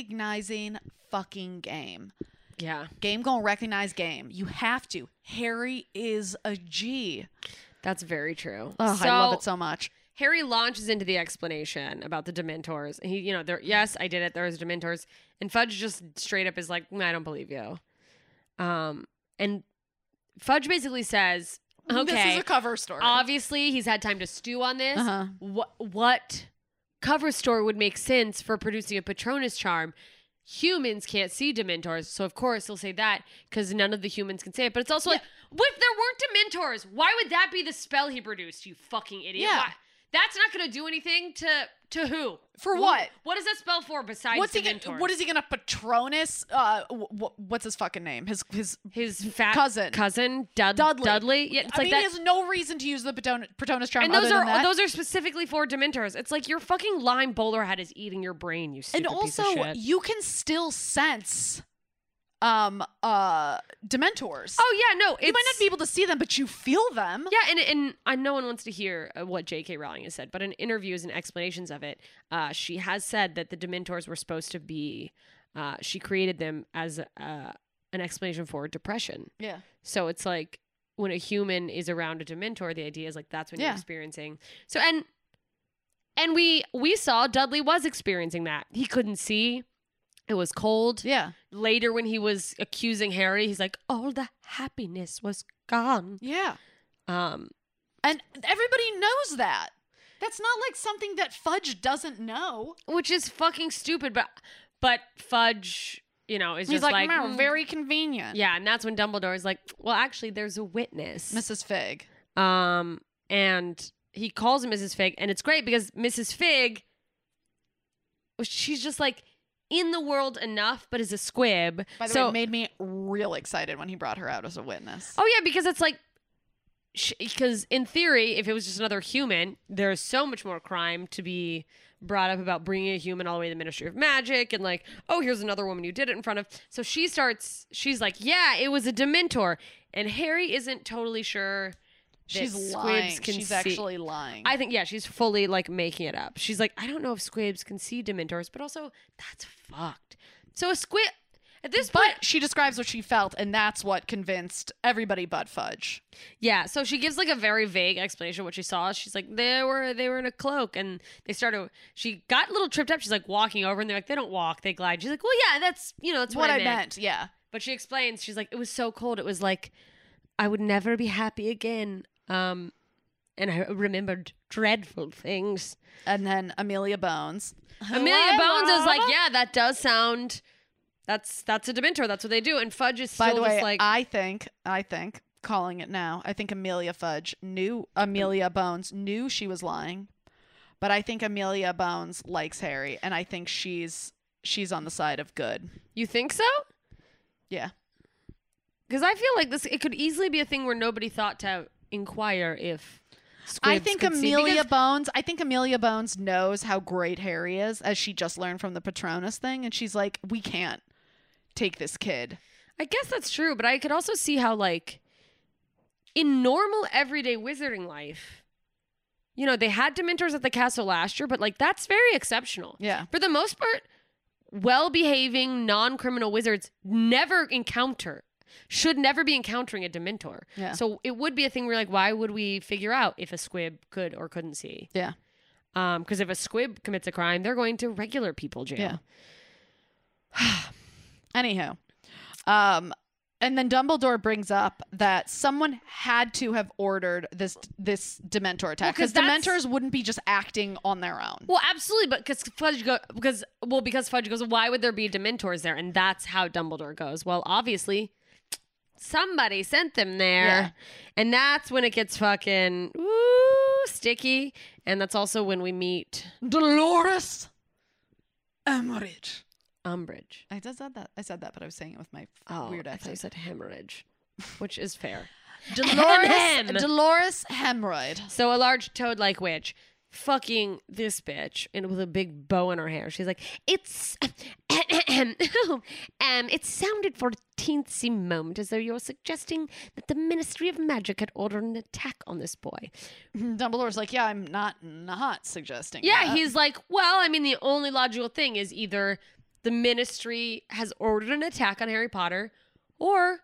S3: recognizing fucking game.
S2: Yeah,
S3: Game gonna recognize game. You have to. Harry is a G.
S2: that's very true.
S3: Oh, I love it
S2: So
S3: so much.
S2: Harry launches into the explanation about the Dementors. He, you know, there. Yes, I did it. There was Dementors, and Fudge just straight up is like, "Mm, "I don't believe you." Um, and Fudge basically says, "Okay,
S3: This is a cover story.
S2: obviously he's had time to stew on this.
S3: Uh-huh.
S2: What what cover story would make sense for producing a Patronus charm? Humans can't see Dementors, so of course he'll say that because none of the humans can say it. But it's also like, what if there weren't Dementors? Why would that be the spell he produced? You fucking idiot!
S3: Yeah.
S2: Why- That's not going to do anything to to who
S3: For
S2: Who-
S3: what?
S2: What is that spell for besides
S3: What's he
S2: Dementors?
S3: gonna? What is he gonna Patronus? Uh, wh- what's his fucking name? His his
S2: his fat
S3: Cousin.
S2: cousin Dud-
S3: Dudley.
S2: Dudley? Yeah, it's
S3: I
S2: like
S3: mean,
S2: that.
S3: he has no reason to use the Patron- Patronus charm.
S2: And those
S3: other
S2: are
S3: than that.
S2: those are specifically for Dementors. It's like your fucking lime bowler hat is eating your brain, you
S3: and
S2: stupid piece
S3: also
S2: of shit.
S3: you can still sense um uh dementors
S2: oh yeah, no, it's,
S3: you might not be able to see them but you feel them
S2: Yeah, and and I no one wants to hear uh, what J.K. Rowling has said, but in interviews and explanations of it, uh, she has said that the Dementors were supposed to be. Uh, she created them as uh, an explanation for depression.
S3: yeah
S2: So it's like when a human is around a dementor, the idea is like that's when you're
S3: Yeah.
S2: experiencing. So and and we we saw Dudley was experiencing that. He couldn't see. It was cold.
S3: yeah
S2: Later when he was accusing Harry, he's like, "All the happiness was gone."
S3: yeah
S2: Um
S3: and everybody knows that that's not like something that fudge doesn't know
S2: which is fucking stupid, but but Fudge, you know, is
S3: he's
S2: just
S3: like,
S2: like,
S3: "Wow,
S2: "Mm."
S3: very convenient
S2: Yeah, and that's when Dumbledore is like, "Well, actually there's a witness."
S3: mrs fig
S2: Um, and he calls him Mrs. Fig, and it's great because Mrs. Fig, she's just like in the world enough, but is a squib.
S3: by the
S2: so,
S3: way it made me real excited when he brought her out as a witness
S2: oh yeah, because it's like, because in theory, if it was just another human, there's so much more crime to be brought up about bringing a human all the way to the Ministry of Magic and like, oh, here's another woman you did it in front of. So she starts, she's like, yeah, it was a Dementor, and Harry isn't totally sure. that
S3: she's
S2: squibs
S3: lying
S2: can
S3: she's
S2: see-
S3: actually lying
S2: I think yeah, she's fully like making it up. She's like, I don't know if squibs can see dementors, but also that's fucked. So a squib at this point,
S3: but she describes what she felt and that's what convinced everybody but fudge
S2: yeah. So she gives like a very vague explanation of what she saw. She's like, they were they were in a cloak, and they started. She got a little tripped up. She's like walking over, and they're like, they don't walk, they glide. She's like, well, yeah, that's you know, that's what, I, meant.
S3: yeah
S2: But she explains, she's like, it was so cold. It was like, I would never be happy again. Um, and I remembered dreadful things.
S3: and then Amelia Bones.
S2: Amelia Bones is like, yeah, that does sound. That's that's a Dementor. That's what they do. And Fudge is still
S3: By the way,
S2: just like,
S3: I think, I think, calling it now. I think Amelia Fudge knew Amelia Bones knew she was lying, but I think Amelia Bones likes Harry, and I think she's she's on the side of good.
S2: you think so?
S3: Yeah,
S2: Because I feel like this. It could easily be a thing where nobody thought to inquire if.
S3: I
S2: squibs
S3: think
S2: could see,
S3: Amelia
S2: because-
S3: Bones. I think Amelia Bones knows how great Harry is, as she just learned from the Patronus thing, and she's like, we can't take this kid.
S2: I guess that's true, but I could also see how like, in normal everyday wizarding life. You know, they had Dementors at the castle last year, but like that's very exceptional.
S3: Yeah.
S2: For the most part, well behaving, non criminal wizards never encounter, should never be encountering a Dementor.
S3: Yeah.
S2: So it would be a thing where, like, why would we figure out if a squib could or couldn't see?
S3: Yeah.
S2: Because Um, if a squib commits a crime, they're going to regular people jail.
S3: Yeah. Anywho, um, and then Dumbledore brings up that someone had to have ordered this this Dementor attack
S2: Well, 'cause
S3: because
S2: that's-
S3: Dementors wouldn't be just acting on their own.
S2: Well, absolutely, but because Fudge go, because well because Fudge goes, why would there be Dementors there? And that's how Dumbledore goes. Well, obviously, somebody sent them there,
S3: Yeah.
S2: and that's when it gets fucking ooh sticky. And that's also when we meet
S3: Dolores Umbridge.
S2: Umbridge.
S3: I just said that. I said that, but I was saying it with my
S2: Oh,
S3: weird
S2: I thought you
S3: accent.
S2: said hemorrhage, which is fair.
S3: Dolores,
S2: Ahem.
S3: Dolores Hemorrhoid.
S2: So a large toad-like witch, fucking this bitch, and with a big bow in her hair. She's like, "It's, um, it sounded for a teensy moment as though you're suggesting that the Ministry of Magic had ordered an attack on this boy."
S3: Dumbledore's like, yeah, I'm not not suggesting.
S2: Yeah,
S3: that."
S2: he's like, "Well, I mean, the only logical thing is either the Ministry has ordered an attack on Harry Potter, or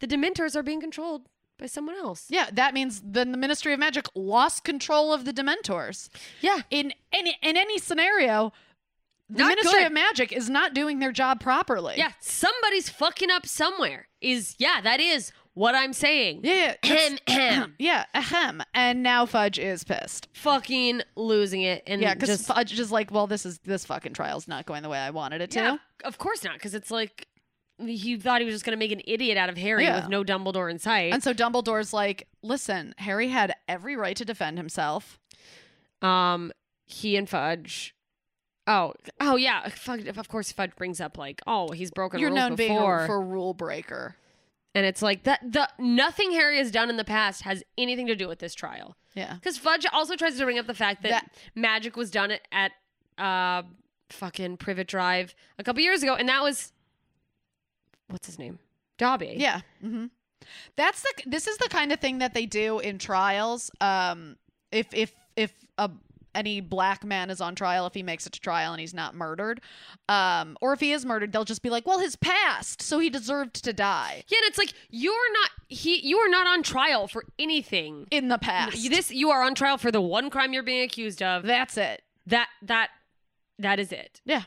S2: the Dementors are being controlled by someone else."
S3: Yeah, that means then the Ministry of Magic lost control of the Dementors.
S2: Yeah.
S3: In any in any scenario, the
S2: Not
S3: Ministry
S2: good.
S3: of Magic is not doing their job properly.
S2: Yeah, somebody's fucking up somewhere. Is yeah, that is what I'm saying.
S3: Yeah. Yeah. that's-
S2: Ahem, ahem.
S3: yeah. Ahem. And now Fudge is pissed.
S2: fucking losing it and
S3: Yeah, because
S2: Mm, just
S3: Fudge is like, well, this is this fucking trial's not going the way I wanted it to.
S2: yeah, of course not because it's like he thought he was just gonna make an idiot out of Harry
S3: Yeah.
S2: with no Dumbledore in sight.
S3: And so Dumbledore's like, listen, Harry had every right to defend himself.
S2: um, he and Fudge. Oh, oh yeah. Fuck, of course, Fudge brings up like, oh, he's broken
S3: You're
S2: rules
S3: known being
S2: before,
S3: a, for a rule breaker.
S2: and it's like that. The nothing Harry has done in the past has anything to do with this trial.
S3: Yeah.
S2: Because Fudge also tries to bring up the fact that,
S3: That-
S2: magic was done at, at uh, fucking Privet Drive a couple years ago, and that was what's his name, Dobby.
S3: Yeah. hmm That's the this is the kind of thing that they do in trials. Um, if if if a any black man is on trial, if he makes it to trial and he's not murdered, um, or if he is murdered, they'll just be like, "Well, his past, so he deserved to die
S2: Yeah, and it's like you're not he. You are not on trial for anything.
S3: in the past."
S2: You- This you are on trial for the one crime you're being accused of.
S3: That's it.
S2: That that that is it.
S3: Yeah.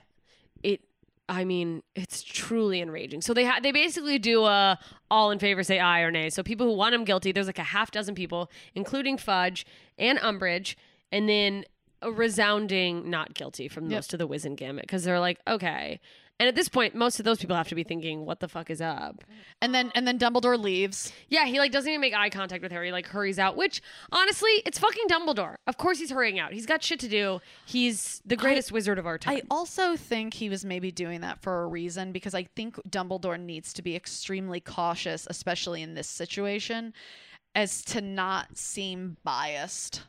S2: It. I mean, it's truly enraging. So they ha- they basically do a all in favor say aye or nay. So people who want him guilty, there's like a half dozen people, including Fudge and Umbridge, and then a resounding not guilty from
S3: Yep.
S2: most of the Wiz and Gambit because they're like okay. And at this point, most of those people have to be thinking, "What the fuck is up?"
S3: And then and then Dumbledore leaves.
S2: Yeah, he like doesn't even make eye contact with Harry. Like hurries out, which honestly, it's fucking Dumbledore. Of course he's hurrying out. He's got shit to do. He's the greatest wizard of our time.
S3: I also think he was maybe doing that for a reason because I think Dumbledore needs to be extremely cautious, especially in this situation, as to not seem biased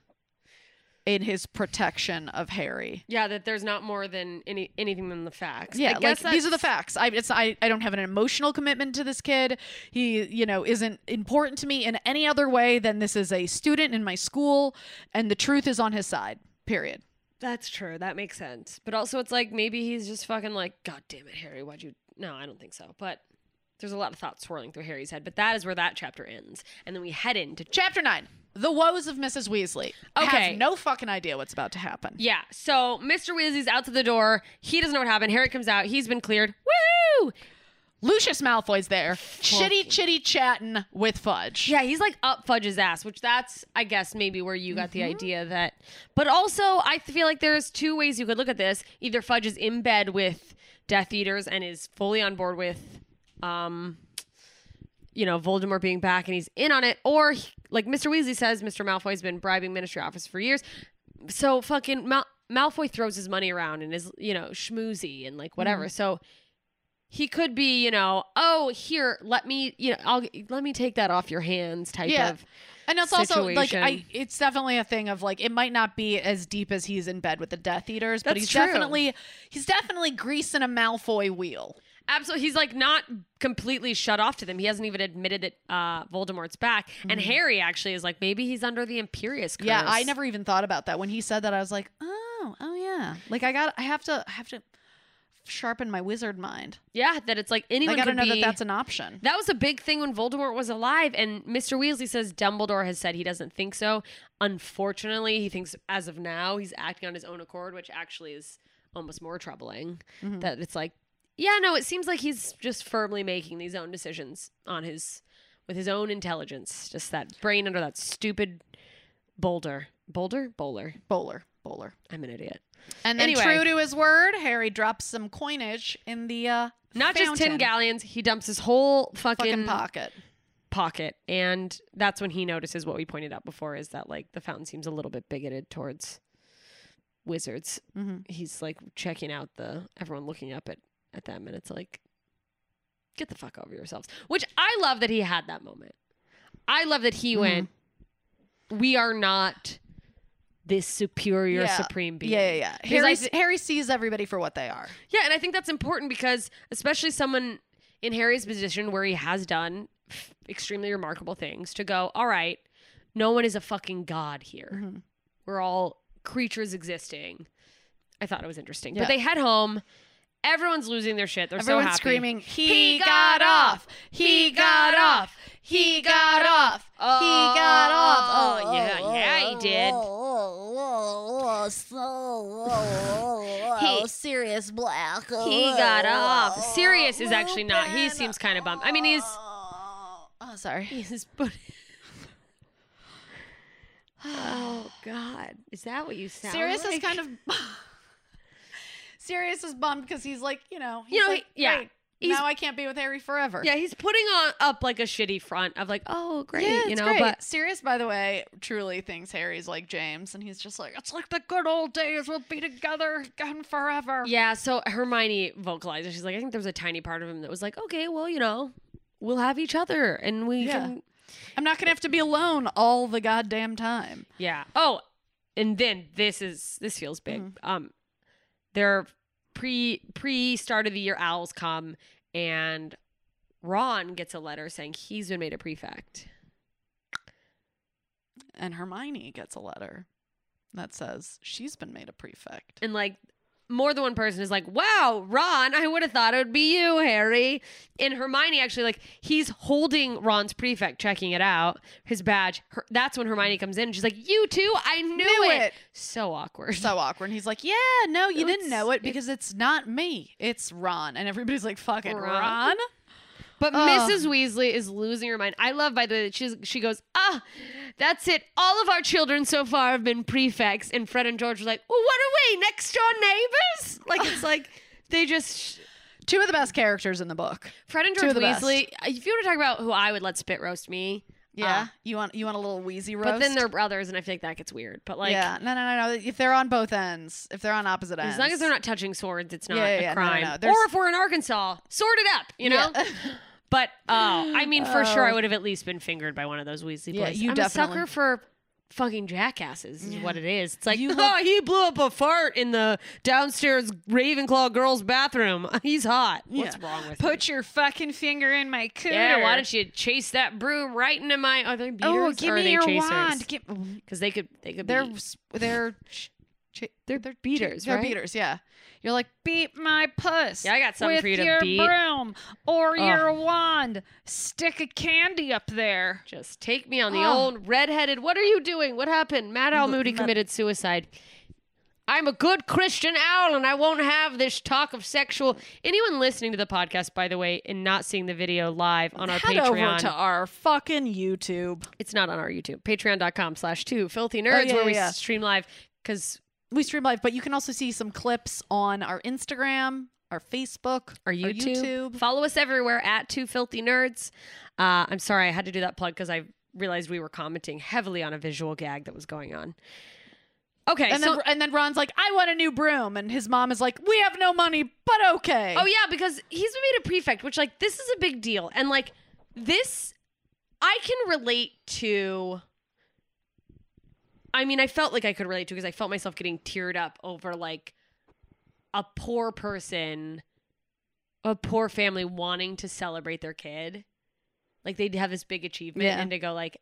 S3: in his protection of Harry.
S2: yeah, that there's not more than any anything than the facts. I
S3: Yeah, like
S2: guess
S3: these are the
S2: that's-
S3: facts. I, it's I, I don't have an emotional commitment to this kid. He, you know, isn't important to me in any other way than this is a student in my school, and the truth is on his side. Period.
S2: That's true. That makes sense. But also, it's like maybe he's just fucking like, God damn it, Harry, why'd you? No, I don't think so. But there's a lot of thoughts swirling through Harry's head. But that is where that chapter ends, and then we head into
S3: Chapter nine: The woes of Mrs. Weasley.
S2: Okay.
S3: have no fucking idea what's about to happen.
S2: Yeah. So Mr. Weasley's out to the door. He doesn't know what happened. Harry comes out. He's been cleared. Woo!
S3: Lucius Malfoy's there, chitty chitty chatting with Fudge.
S2: Yeah, he's like up Fudge's ass, which that's I guess maybe where you got the idea that. But also, I feel like there's two ways you could look at this: either Fudge is in bed with Death Eaters and is fully on board with, um, you know, Voldemort being back and he's in on it, or he- like Mr. Weasley says, Mr. Malfoy's been bribing Ministry office for years, so fucking Mal- Malfoy throws his money around and is you know schmoozy and like
S3: Mm-hmm.
S2: whatever. So he could be, you know, oh, here, let me, you know, I'll let me take that off your hands type
S3: Yeah.
S2: of.
S3: and it's also like I,
S2: Situation.
S3: it's definitely a thing of like it might not be as deep as he's in bed with the Death Eaters, but
S2: That's
S3: he's
S2: true.
S3: definitely he's definitely greasing a Malfoy wheel.
S2: Absolutely, he's like not completely shut off to them. He hasn't even admitted that uh, Voldemort's back, and Harry actually is like maybe he's under the Imperious curse.
S3: Mm-hmm. Yeah, I never even thought about that when he said that. I was like, oh, oh yeah. Like I got, I have to, I have to sharpen my wizard mind.
S2: Yeah, that it's like anyone
S3: I gotta
S2: could
S3: know
S2: be.
S3: that that's an option.
S2: That was a big thing when Voldemort was alive, and Mr. Weasley says Dumbledore has said he doesn't think so. Unfortunately, he thinks as of now he's acting on his own accord, which actually is almost more troubling.
S3: Mhm.
S2: That it's like, yeah, no, it seems like he's just firmly making these own decisions on his with his own intelligence, just that brain under that stupid boulder, boulder, bowler.
S3: Bowler, bowler.
S2: I'm an idiot.
S3: And then,
S2: Anyway.
S3: true to his word, Harry drops some coinage in the uh,
S2: Not just
S3: fountain.
S2: tin galleons. He dumps his whole
S3: fucking pocket.
S2: pocket and that's when he notices what we pointed out before is that like the fountain seems a little bit bigoted towards wizards
S3: Mm-hmm.
S2: he's like checking out the everyone looking up at at them and it's like get the fuck over yourselves which i love that he had that moment i love that he
S3: Mm-hmm.
S2: went we are not this superior
S3: Yeah.
S2: supreme being
S3: Yeah, yeah, yeah.
S2: Because I
S3: Harry,
S2: thi-
S3: Harry sees everybody for what they are.
S2: yeah, and I think that's important because especially someone in Harry's position where he has done f- extremely remarkable things to go, all right, no one is a fucking god here.
S3: Mhm.
S2: We're all creatures existing. I thought it was interesting.
S3: Yeah.
S2: But they head home. Everyone's losing their shit. They're so
S3: Everyone's
S2: happy.
S3: screaming, he,
S2: He
S3: got,
S2: got
S3: off! He got off! He got off! he got off!
S2: Oh, yeah, yeah, he did.
S5: he, serious black.
S2: He got off. Sirius is actually not. He seems kind of bummed. I mean, he's
S3: Oh, oh, sorry.
S2: he's but Oh god. Is that what you sound
S3: Sirius
S2: like?
S3: is kind of. Sirius is bummed because he's like, you know, he's
S2: You know,
S3: like,
S2: he- yeah.
S3: "Great,
S2: He's-
S3: now I can't be with Harry forever.
S2: Yeah, he's putting on up like a shitty front of like, oh great,
S3: Yeah,
S2: you
S3: it's
S2: know,
S3: great.
S2: but
S3: Sirius, by the way, truly thinks Harry's like James, and he's just like, it's like the
S4: Good old days, we'll be together again forever.
S2: yeah. So Hermione vocalizes. She's like, I think there was a tiny part of him that was like, okay, well, you know, we'll have each other, and we
S3: Yeah.
S2: can,
S3: I'm not gonna have to be alone all the goddamn time.
S2: yeah. Oh, and then this is this feels big.
S3: Mm-hmm.
S2: Um, their pre pre start of the year owls come, and Ron gets a letter saying he's been made a prefect.
S3: And Hermione gets a letter that says she's been made a prefect.
S2: and like more than one person is like, "Wow, Ron, I would have thought it would be you, Harry." And Hermione actually like he's holding Ron's prefect, checking it out, his badge. Her- that's when Hermione comes in. and She's like, "You too? I knew,
S3: Knew
S2: it.
S3: it.
S2: So awkward.
S3: so awkward. And he's like, "Yeah, no, you
S2: No,
S3: didn't know
S2: it's-
S3: it because it's not me. It's Ron." And everybody's like, "Fucking
S2: Ron?
S3: Ron."
S2: But
S3: Ugh.
S2: Mrs. Weasley is losing her mind. I love, by the way, that she's, she goes, ah, that's it. All of our children so far have been prefects. And Fred and George were like, well, what are we, next door neighbors? Like, it's like, they just,
S3: Two of the best characters in the book.
S2: Fred and
S3: Two
S2: George
S3: of the best.
S2: Weasley, uh, if you want to talk about who I would let spit roast me,
S3: Yeah,
S2: Uh,
S3: you want you want a little wheezy roast.
S2: but then they're brothers, and I feel like that gets weird. But like,
S3: yeah, no, no, no, no. If they're on both ends, if they're on opposite ends,
S2: as long as they're not touching swords, it's not
S3: Yeah, yeah,
S2: a
S3: yeah. No, no,
S2: crime.
S3: no. There's-
S2: Or if we're in Arkansas, sort it up, you know.
S3: Yeah.
S2: But uh, I mean, for sure, I
S3: Oh.
S2: would have at least been fingered by one of those Weasley
S3: Yeah,
S2: boys.
S3: you
S2: I'm
S3: definitely-
S2: a sucker for fucking jackasses, is
S3: Yeah.
S2: what it is. It's like,
S3: You
S2: oh, he blew up a fart in the downstairs Ravenclaw girls' bathroom. He's hot. What's
S3: Yeah.
S2: wrong with you?
S4: Put your fucking finger in my cooter.
S2: Yeah, why don't you chase that broom right into my other beaters?
S4: Oh,
S2: or
S4: give
S2: are
S4: me
S2: they
S4: your
S2: chasers?
S4: wand. Give-
S2: Because they could, they could
S3: they're
S2: be.
S3: s- they're ch- ch-
S2: They're beaters,
S3: They're
S2: right?
S3: beaters. Yeah, you're like
S4: beat my puss.
S2: Yeah, I got something
S4: with
S2: for you to
S4: your
S2: beat.
S4: broom or
S2: Ugh.
S4: your wand. Stick a candy up there.
S2: Just take me on the
S4: Oh.
S2: old redheaded. What are you doing? What happened? Matt Al Moody committed suicide. I'm a good Christian owl and I won't have this talk of sexual. Anyone listening to the podcast, by the way, and not seeing the video live on our
S3: head over
S2: Patreon,
S3: to our fucking YouTube.
S2: it's not on our YouTube, patreon.com slash two filthy nerds,
S3: yeah,
S2: where
S3: Oh, yeah,
S2: we
S3: yeah.
S2: stream live because
S3: We stream live, but you can also see some clips on our Instagram, our Facebook,
S2: our YouTube.
S3: YouTube.
S2: Follow us everywhere at Two Filthy Nerds. Uh, I'm sorry I had to do that plug because I realized we were commenting heavily on a visual gag that was going on. Okay,
S3: And
S2: so
S3: then and then Ron's like, "I want a new broom," and his mom is like, "We have no money, but okay."
S2: Oh yeah, because he's been made a prefect, which like this is a big deal, and like this, I can relate to. I mean, I felt like I could relate to because I felt myself getting teared up over like a poor person, a poor family wanting to celebrate their kid, like they'd have this big achievement
S3: Yeah.
S2: and to go like,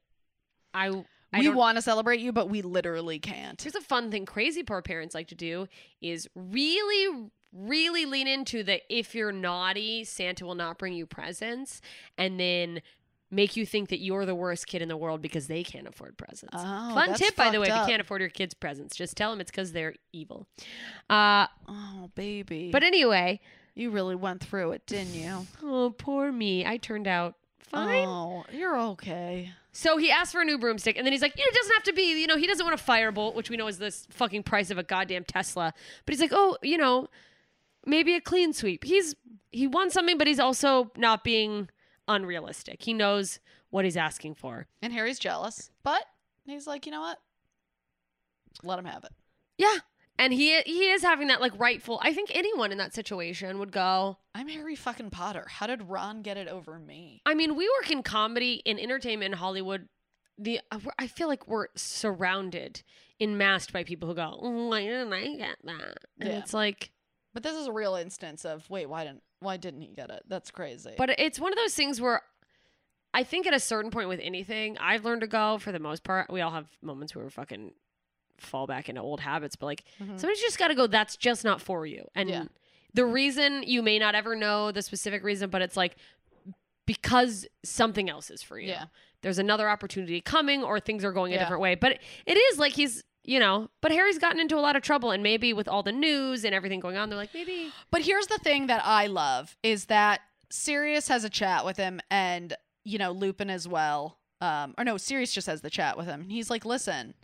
S2: I I
S3: we
S2: don't-
S3: want to celebrate you, but we literally can't.
S2: Here's a fun thing crazy poor parents like to do is really really lean into the if you're naughty, Santa will not bring you presents, and then make you think that you're the worst kid in the world because they can't afford presents.
S3: Oh,
S2: Fun
S3: that's
S2: tip, by the way,
S3: fucked
S2: if you
S3: up.
S2: can't afford your kids' presents, just tell them it's because they're evil. Uh,
S3: Oh, baby.
S2: but anyway,
S3: you really went through it, didn't you?
S2: oh, poor me. I turned out fine.
S3: Oh, you're okay.
S2: So he asked for a new broomstick, and then he's like, "It doesn't have to be, you know." He doesn't want a firebolt, which we know is this fucking price of a goddamn Tesla. But he's like, "Oh, you know, maybe a clean sweep." He's he wants something, but he's also not being unrealistic. He knows what he's asking for.
S3: And Harry's jealous, but he's like, you know what? Let him have it.
S2: Yeah, and he he is having that like rightful. I think anyone in that situation would go.
S3: I'm Harry fucking Potter. How did Ron get it over me?
S2: I mean, we work in comedy, in entertainment, in Hollywood. The I feel like we're surrounded, enmasked by people who go, "Mm, "Why didn't I get that?" And
S3: Yeah.
S2: it's like.
S3: But this is a real instance of wait, why didn't why didn't he get it? That's crazy.
S2: But it's one of those things where I think at a certain point with anything, I've learned to go for the most part. We all have moments where we fucking fall back into old habits, but like
S3: Mhm.
S2: somebody's just got to go, that's just not for you. And
S3: Yeah.
S2: the reason you may not ever know the specific reason, but it's like because something else is for you.
S3: yeah,
S2: There's another opportunity coming or things are going a
S3: Yeah.
S2: different way. But it is like he's. You know, but Harry's gotten into a lot of trouble, and maybe with all the news and everything going on, they're like, maybe
S3: But here's the thing that I love is that Sirius has a chat with him and, you know, Lupin as well. Um, or no, Sirius just has the chat with him. And he's like, listen,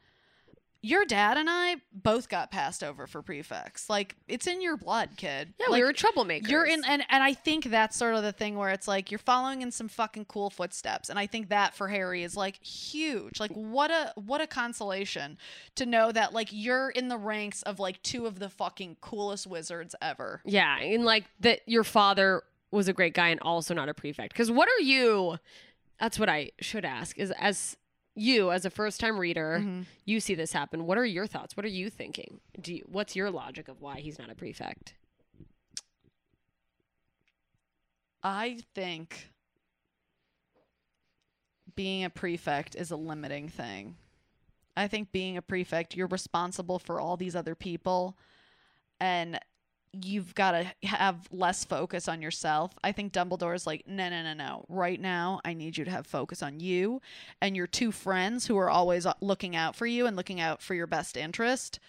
S3: your dad and I both got passed over for prefix. Like, it's in your blood, kid.
S2: yeah,
S3: like,
S2: we were troublemakers.
S3: you're in and, and I think that's sort of the thing where it's like you're following in some fucking cool footsteps. And I think that for Harry is like huge. Like what a what a consolation to know that like you're in the ranks of like two of the fucking coolest wizards ever.
S2: Yeah, and like that your father was a great guy and also not a prefect. Because what are you? That's what I should ask. Is as you as a first time reader,
S3: Mm-hmm.
S2: you see this happen. What are your thoughts? What are you thinking? Do you, what's your logic of why he's not a prefect?
S3: I think being a prefect is a limiting thing. I think being a prefect, you're responsible for all these other people and you've got to have less focus on yourself. I think Dumbledore's like, no, no, no, no. Right now, I need you to have focus on you and your two friends who are always uh, looking out for you and looking out for your best interest.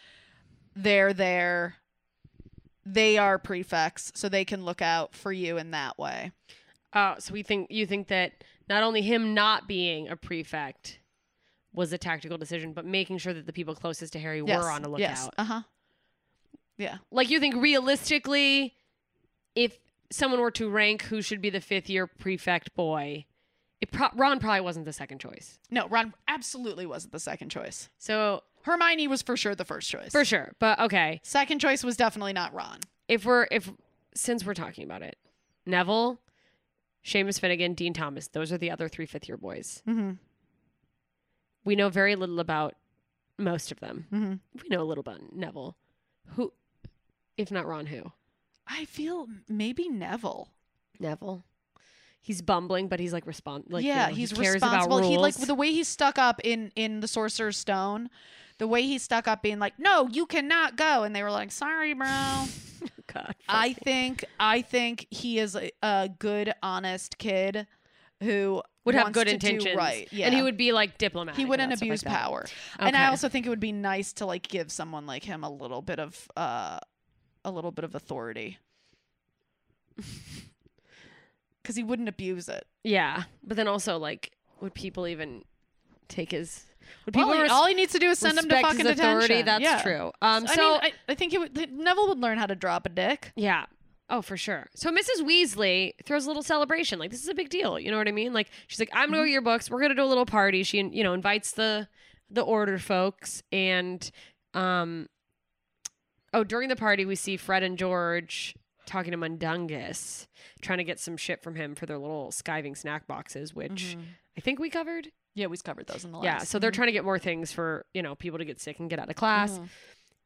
S3: They're there. They are prefects, so they can look out for you in that way.
S2: Oh, so we think you think that not only him not being a prefect was a tactical decision, but making sure that the people closest to Harry were on a lookout.
S3: Uh huh. Yeah.
S2: like you think realistically if someone were to rank who should be the fifth year prefect boy it pro- ron probably wasn't the second choice
S3: No, Ron absolutely wasn't the second choice.
S2: so
S3: Hermione was for sure the first choice.
S2: for sure but okay
S3: Second choice was definitely not Ron.
S2: if we're if since we're talking about it neville Seamus Finnegan, Dean Thomas, those are the other three fifth year boys.
S3: Mm-hmm.
S2: We know very little about most of them.
S3: Mm-hmm.
S2: We know a little about Neville. Who, if not Ron, who?
S3: I feel maybe Neville.
S2: Neville. He's bumbling, but he's like respond. Like, you
S3: yeah,
S2: know,
S3: he's
S2: he cares
S3: responsible.
S2: About rules.
S3: He like the way he's stuck up in in the Sorcerer's Stone, the way he's stuck up being like, "No, you cannot go," and they were like, "Sorry, bro."
S2: God,
S3: I think I think he is a, a good, honest kid who
S2: would have
S3: wants
S2: good
S3: to do
S2: intentions,
S3: right? Yeah,
S2: And he would be like diplomatic.
S3: he
S2: and
S3: wouldn't
S2: that stuff like
S3: abuse
S2: that.
S3: power and i
S2: Okay.
S3: also think it would be nice to like give someone like him a little bit of uh a little bit of authority because he wouldn't abuse it
S2: Yeah, but then also like, would people even take his? Would
S3: all
S2: people
S3: he,
S2: res-
S3: all he needs to do is send him to
S2: respect
S3: fucking
S2: his authority?
S3: detention
S2: That's
S3: Yeah.
S2: true. Um, so
S3: i mean I, I think he would th- neville would learn how to drop a dick
S2: yeah. Oh, for sure. So Mrs. Weasley throws a little celebration. Like this is a big deal. You know what I mean? Like she's like, I'm gonna go to your books. We're gonna do a little party. She, you know, invites the the order folks, and um, oh, during the party we see Fred and George talking to Mundungus, trying to get some shit from him for their little skiving snack boxes, which I think we covered.
S3: yeah we've covered those in the last
S2: Yeah, so they're trying to get more things for you know people to get sick and get out of class,
S3: Mm-hmm.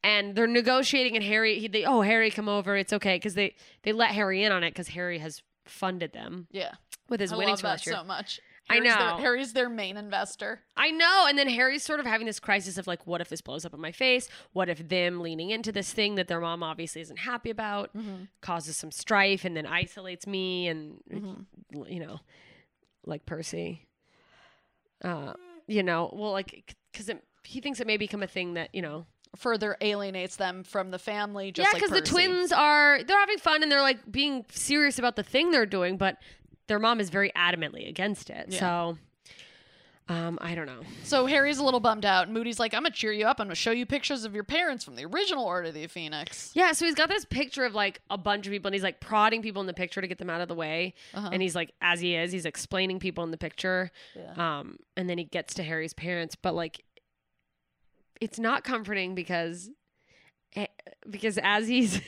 S2: and they're negotiating. And Harry, he, they, oh Harry, come over, it's okay, because they they let Harry in on it because Harry has funded them
S3: yeah
S2: with his
S3: i
S2: winnings
S3: love
S2: from last
S3: that
S2: year.
S3: so much
S2: I
S3: Harry's their-
S2: know.
S3: Harry's their main investor.
S2: I know. And then Harry's sort of having this crisis of like, what if this blows up in my face? What if them leaning into this thing that their mom obviously isn't happy about causes some strife and then isolates me and,
S3: Mm-hmm.
S2: you know, like Percy? Uh, you know, well, like, because he thinks it may become a thing that, you know,
S3: Further alienates them from the family. Just
S2: yeah,
S3: because
S2: the twins are they're having fun and they're like being serious about the thing they're doing, but their mom is very adamantly against it.
S3: Yeah.
S2: So, um, I don't know.
S3: So Harry's a little bummed out. and Moody's like, "I'm gonna cheer you up. I'm gonna show you pictures of your parents from the original Order of the Phoenix."
S2: Yeah, so he's got this picture of like a bunch of people and he's like prodding people in the picture to get them out of the way.
S3: Uh-huh.
S2: And he's like, as he is, he's explaining people in the picture.
S3: Yeah.
S2: Um, and then he gets to Harry's parents, but like, it's not comforting because, eh, because as he's,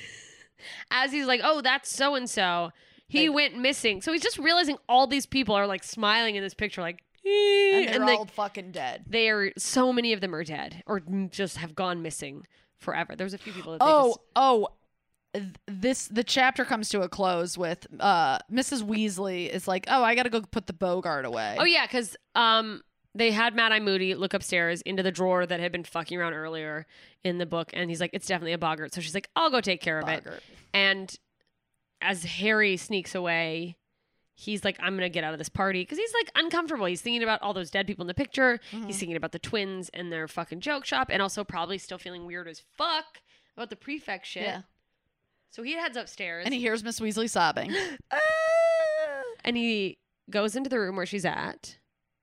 S2: as he's like, oh, that's so and so, he
S3: They-
S2: went missing. So he's just realizing all these people are like smiling in this picture, like,
S3: And
S2: "Eh,"
S3: they're
S2: they-
S3: all fucking dead.
S2: they are so many of them are dead or m- just have gone missing forever. There's a few people. That they
S3: Oh,
S2: just-
S3: oh. th- This the chapter comes to a close with uh Mrs. Weasley is like, "Oh, I gotta go put the Bogart away."
S2: Oh yeah, because um, they had Mad Eye Moody look upstairs into the drawer that had been fucking around earlier in the book, and he's like, "It's definitely a boggart." So she's like, "I'll go take care of it."
S3: Boggart.
S2: And as Harry sneaks away, he's like, "I'm gonna get out of this party" because he's like uncomfortable. He's thinking about all those dead people in the picture.
S3: Mm-hmm.
S2: He's thinking about the twins and their fucking joke shop, and also probably still feeling weird as fuck about the prefect shit.
S3: Yeah.
S2: So he heads upstairs
S3: And he hears Miss Weasley sobbing.
S2: and he goes into the room where she's at.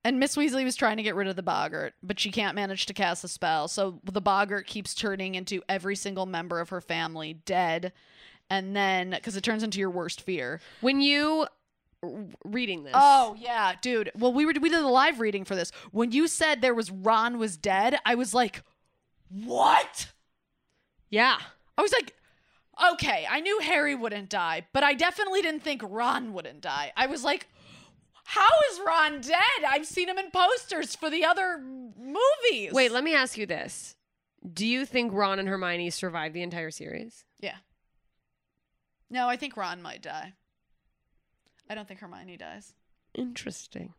S3: And Miss Weasley was trying to get rid of the Boggart, but she can't manage to cast a spell. So the Boggart keeps turning into every single member of her family dead. And then, because it turns into your worst fear.
S2: When you r- reading this,
S3: Oh, yeah, dude. Well, we were we did a live reading for this. When you said there was Ron was dead, I was like, what?
S2: yeah,
S3: I was like, okay, I knew Harry wouldn't die, but I definitely didn't think Ron wouldn't die. I was like, how is Ron dead? I've seen him in posters for the other movies.
S2: wait, let me ask you this: Do you think Ron and Hermione survived the entire series?
S3: Yeah. No, I think Ron might die. I don't think Hermione dies.
S2: Interesting.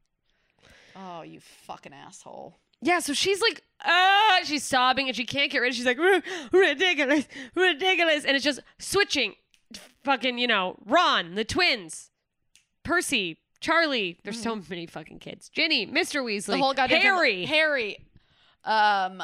S3: Oh, you fucking asshole.
S2: Yeah, so she's like, ah, she's sobbing and she can't get rid. of She's like, "Ru- ridiculous, ridiculous, and it's just switching, fucking, you know, Ron, the twins, Percy, Charlie. There's so many fucking kids. Ginny, Mr. Weasley,
S3: Mm. The whole goddamn
S2: Harry,
S3: family- Harry. Um,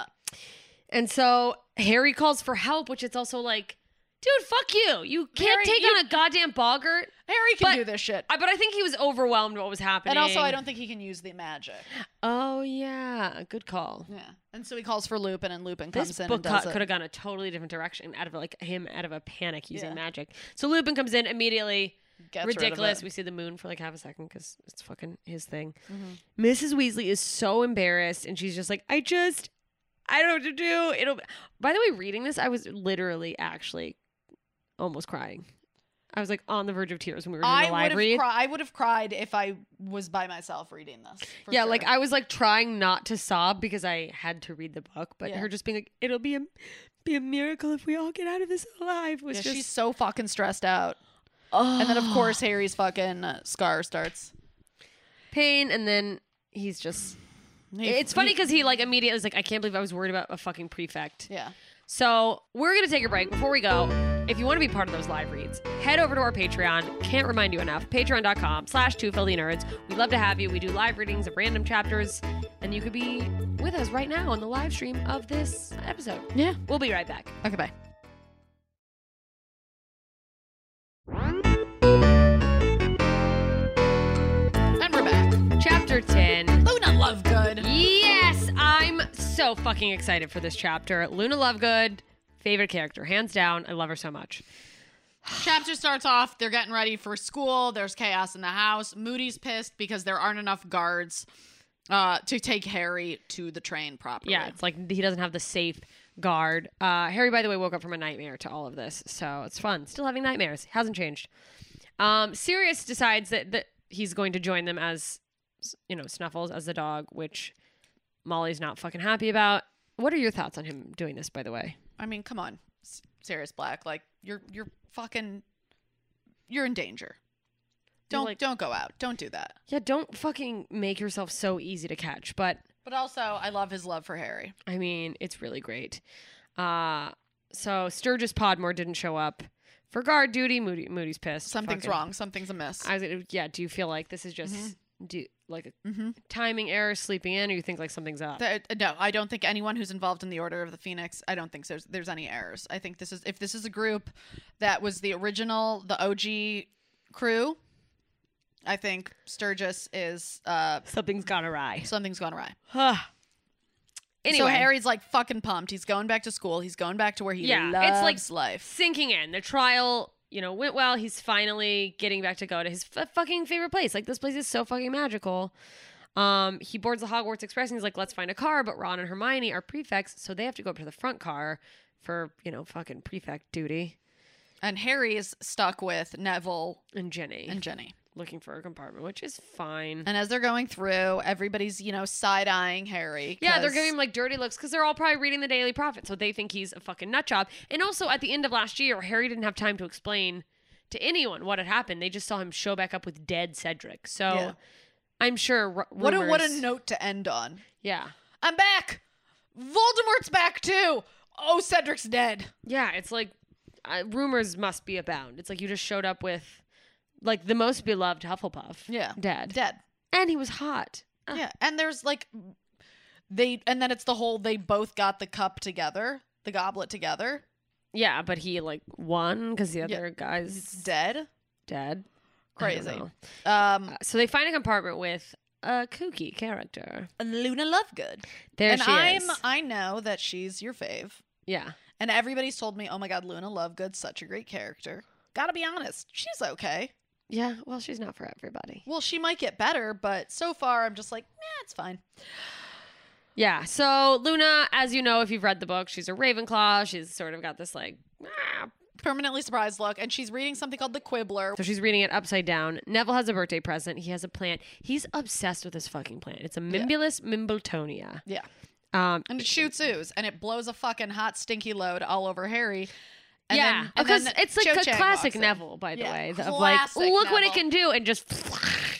S2: And so Harry calls for help, which it's also like, dude, fuck you. You can't
S3: Harry,
S2: take
S3: you-
S2: on a goddamn boggart.
S3: Harry can
S2: But-
S3: do this shit.
S2: I, but I think he was overwhelmed what was happening.
S3: And also, I don't think he can use the magic.
S2: Oh yeah, good call.
S3: Yeah. And so he calls for Lupin, and Lupin comes
S2: This
S3: in
S2: book
S3: and does
S2: cut
S3: it.
S2: could have gone a totally different direction out of like him out of a panic using
S3: Yeah.
S2: magic. So Lupin comes in immediately.
S3: Gets rid of
S2: ridiculous.
S3: it. Mm-hmm.
S2: We see the moon for like half a second because it's fucking his thing. Mrs. Weasley is so embarrassed and she's just like, I just, I don't know what to do. It'll. be-" By the way, reading this, I was literally actually almost crying. I was like on the verge of tears when we were doing
S3: I
S2: the
S3: would
S2: live
S3: have
S2: read.
S3: cri- I would have cried if I was by myself reading this. for
S2: yeah,
S3: sure.
S2: like I was like trying not to sob because I had to read the book, but
S3: Yeah.
S2: her just being like, "It'll be a be a miracle if we all get out of this alive." Was
S3: Yeah,
S2: just
S3: she's so fucking stressed out. And then of course Harry's fucking uh, scar starts.
S2: pain, and then he's just.
S3: He-
S2: it's funny because he like immediately was like, "I can't believe I was worried about a fucking prefect."
S3: Yeah.
S2: So we're going to take a break. Before we go, if you want to be part of those live reads, head over to our Patreon. Can't remind you enough. Patreon.com slash two filthy nerds. We'd love to have you. We do live readings of random chapters, and you could be with us right now on the live stream of this episode.
S3: Yeah.
S2: We'll be right back.
S3: Okay, bye. And we're back.
S2: Chapter 10.
S3: Luna Lovegood.
S2: Yes, I'm so fucking excited for this chapter. Luna Lovegood, favorite character, hands down. I love her so much.
S5: Chapter starts off, they're getting ready for school. There's chaos in the house. Moody's pissed because there aren't enough guards uh, to take Harry to the train properly.
S2: Yeah, it's like he doesn't have the safe guard. Uh, Harry, by the way, woke up from a nightmare to all of this, so it's fun. Still having nightmares. Hasn't changed. Um, Sirius decides that, that he's going to join them as, you know, Snuffles as the dog, which Molly's not fucking happy about. What are your thoughts on him doing this, by the way?
S3: I mean, come on, S- Sirius Black. Like you're you're fucking you're in danger. Don't
S2: like-
S3: don't go out. Don't do that.
S2: Yeah, don't fucking make yourself so easy to catch. But
S3: But also, I love his love for Harry.
S2: I mean, it's really great. Uh, so Sturgis Podmore didn't show up for guard duty. Moody, Moody's pissed.
S3: Something's
S2: Fucking-
S3: wrong. Something's amiss.
S2: I was gonna, yeah. Do you feel like this is just
S3: Mm-hmm.
S2: do like a
S3: Mhm.
S2: timing error, sleeping in, or you think like something's up?
S3: Th- uh, no, I don't think anyone who's involved in the Order of the Phoenix. I don't think there's there's any errors. I think this is if this is a group that was the original, the OG crew. I think Sturgis is uh,
S2: something's gone awry.
S3: something's gone awry.
S2: Anyway,
S3: so Harry's like fucking pumped. He's going back to school. He's going back to where he
S2: Yeah,
S3: loves
S2: it's like-
S3: life.
S2: sinking in. The trial, you know, went well. He's finally getting back to go to his f- fucking favorite place. Like this place is so fucking magical. Um, he boards the Hogwarts Express and he's like, "Let's find a car." But Ron and Hermione are prefects, so they have to go up to the front car for you know fucking prefect duty.
S3: And Harry is stuck with Neville
S2: And Jenny
S3: and Jenny.
S2: looking for a compartment, which is fine.
S3: And as they're going through, everybody's you know side eyeing Harry.
S2: Yeah, they're
S3: 'cause-
S2: giving him like dirty looks because they're all probably reading the Daily Prophet, so they think he's a fucking nut job. And also, at the end of last year, Harry didn't have time to explain to anyone what had happened. They just saw him show back up with dead Cedric. So
S3: Yeah.
S2: I'm sure. R-
S3: what a what a
S2: rumors-
S3: note to end on.
S2: Yeah,
S3: I'm back. Voldemort's back too. Oh, Cedric's dead.
S2: yeah. It's like uh, rumors must be abound. It's like you just showed up with like the most beloved Hufflepuff.
S3: Yeah.
S2: dead,
S3: Dead.
S2: and he was hot. Ah.
S3: Yeah. And there's like they and then it's the whole they both got the cup together, the goblet together.
S2: Yeah, but he like won because the
S3: Yeah.
S2: other guy's
S3: Dead.
S2: dead. I don't
S3: Crazy.
S2: know.
S3: Um
S2: Uh, So they find a compartment with a kooky character.
S3: Uh, Luna Lovegood.
S2: There
S3: and
S2: she
S3: I'm
S2: is.
S3: I know that she's your fave.
S2: Yeah.
S3: And everybody's told me, "Oh my god, Luna Lovegood's such a great character." Got to be honest, she's okay.
S2: Yeah. Well, she's not for everybody.
S3: Well, she might get better, but so far I'm just like, "Nah, it's fine."
S2: Yeah. So Luna, as you know, if you've read the book, she's a Ravenclaw. She's sort of got this like. "Ah."
S3: Permanently surprised look, and she's reading something called The Quibbler.
S2: So she's reading it upside down. Neville has a birthday present. He has a plant. He's obsessed with this fucking plant. It's a Mimbulus Mimbletonia.
S3: Yeah.
S2: Um,
S3: and it shoots ooze and it blows a fucking hot stinky load all over Harry. And
S2: yeah,
S3: then- and
S2: because
S3: then
S2: it's like
S3: Cho
S2: a
S3: Chang
S2: classic
S3: walks in.
S2: Neville, by the
S3: Yeah,
S2: way, th- of like,
S3: classic
S2: look what it
S3: Neville.
S2: can do, and just,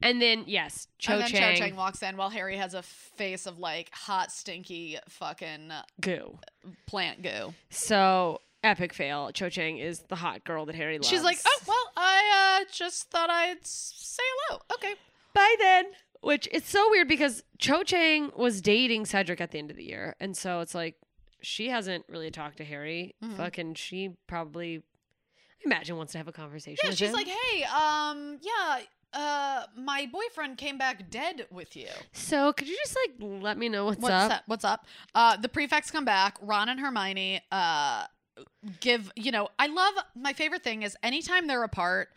S2: and then yes, Cho
S3: and then
S2: Chang,
S3: Cho Chang walks in while Harry has a face of like hot stinky fucking
S2: goo.
S3: plant goo.
S2: So epic fail. Cho Chang is the hot girl that Harry loves.
S3: She's like, oh well, I uh, just thought I'd s- say hello. Okay,
S2: bye then. Which it's so weird because Cho Chang was dating Cedric at the end of the year, and so it's like she hasn't really talked to Harry.
S3: Mhm.
S2: Fucking, she probably I imagine wants to have a conversation.
S3: yeah.
S2: with
S3: She's
S2: him.
S3: like, hey, um, yeah, uh, my boyfriend came back dead with you.
S2: so could you just like let me know what's,
S3: What's
S2: up?
S3: up? What's up? Uh, the prefects come back. Ron and Hermione uh, give, you know, I love my favorite thing is anytime they're apart,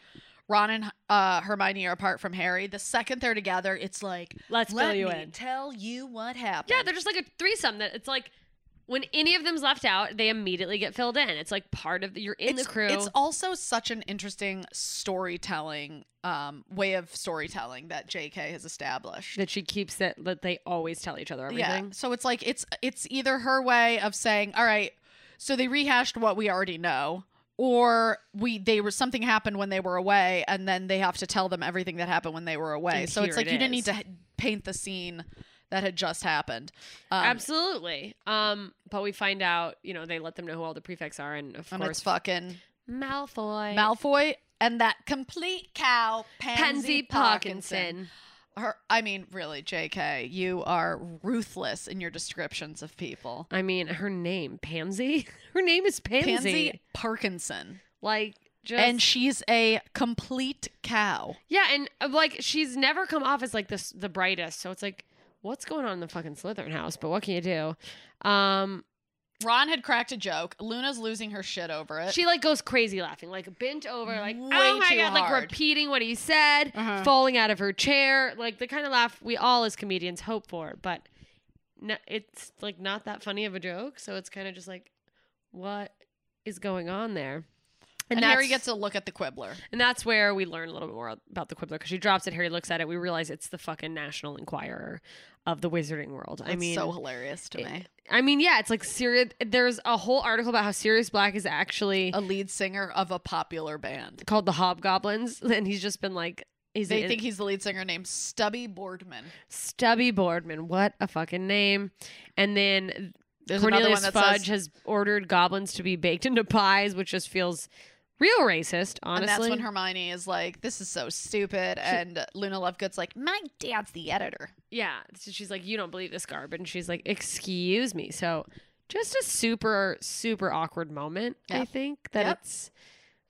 S3: Ron and uh, Hermione are apart from Harry. The second they're together, it's like,
S2: Let's
S3: let
S2: fill you
S3: me
S2: in.
S3: tell you what happened.
S2: Yeah, they're just like a threesome. That it's like when any of them's left out, they immediately get filled in. It's like part of the, you're in
S3: it's,
S2: the crew.
S3: It's also such an interesting storytelling um, way of storytelling that JK has established.
S2: that she keeps that that they always tell each other everything.
S3: Yeah. So it's like it's it's either her way of saying, "All right, so they rehashed what we already know." Or we they were something happened when they were away, and then they have to tell them everything that happened when they were away.
S2: And
S3: so it's
S2: here
S3: like
S2: it
S3: you didn't
S2: is.
S3: need to h- paint the scene that had just happened. Um,
S2: Absolutely. Um, but we find out, you know, they let them know who all the prefects are, and of
S3: and
S2: course,
S3: Um, it's fucking
S2: Malfoy,
S3: Malfoy and that complete cow, Pansy,
S2: Pansy
S3: Parkinson.
S2: Parkinson.
S3: Her, I mean, really, J.K., you are ruthless in your descriptions of people.
S2: I mean, her name Pansy. Her name is Pansy.
S3: Pansy Parkinson.
S2: Like just
S3: and she's a complete cow.
S2: yeah, and uh, like she's never come off as like this the brightest. So it's like, what's going on in the fucking Slytherin house? But what can you do? Um,
S3: Ron had cracked a joke. Luna's losing her shit over it.
S2: she like goes crazy laughing, like bent over, like
S3: Uh, Way
S2: oh my
S3: too
S2: god, like
S3: hard.
S2: repeating what he said,
S3: Uh-huh.
S2: falling out of her chair, like the kind of laugh we all as comedians hope for, but no, it's like not that funny of a joke, so it's kind of just like what is going on there.
S3: And,
S2: that's-
S3: Harry gets a look at the Quibbler.
S2: And that's where we learn a little bit more about the Quibbler because she drops it. Harry looks at it. We realize it's the fucking National Enquirer of the Wizarding World. I
S3: That's
S2: mean,
S3: so hilarious to me.
S2: I mean, yeah, it's like Sirius. There's a whole article about how Sirius Black is actually
S3: A lead singer of a popular band.
S2: called the Hobgoblins, and he's just been like, he's
S3: They
S2: an-
S3: think he's the lead singer named Stubby Boardman.
S2: Stubby Boardman. What a fucking name! And then
S3: There's
S2: Cornelius
S3: another one that
S2: Fudge
S3: says,
S2: has ordered goblins to be baked into pies, which just feels real racist. Honestly,
S3: and that's when Hermione is like, "This is so stupid," and Luna Lovegood's like, "My dad's the editor."
S2: Yeah. So she's like, You don't believe this, Garb. And she's like, Excuse me. So just a super, super awkward moment, I
S3: Yeah.
S2: think. That
S3: Yep.
S2: it's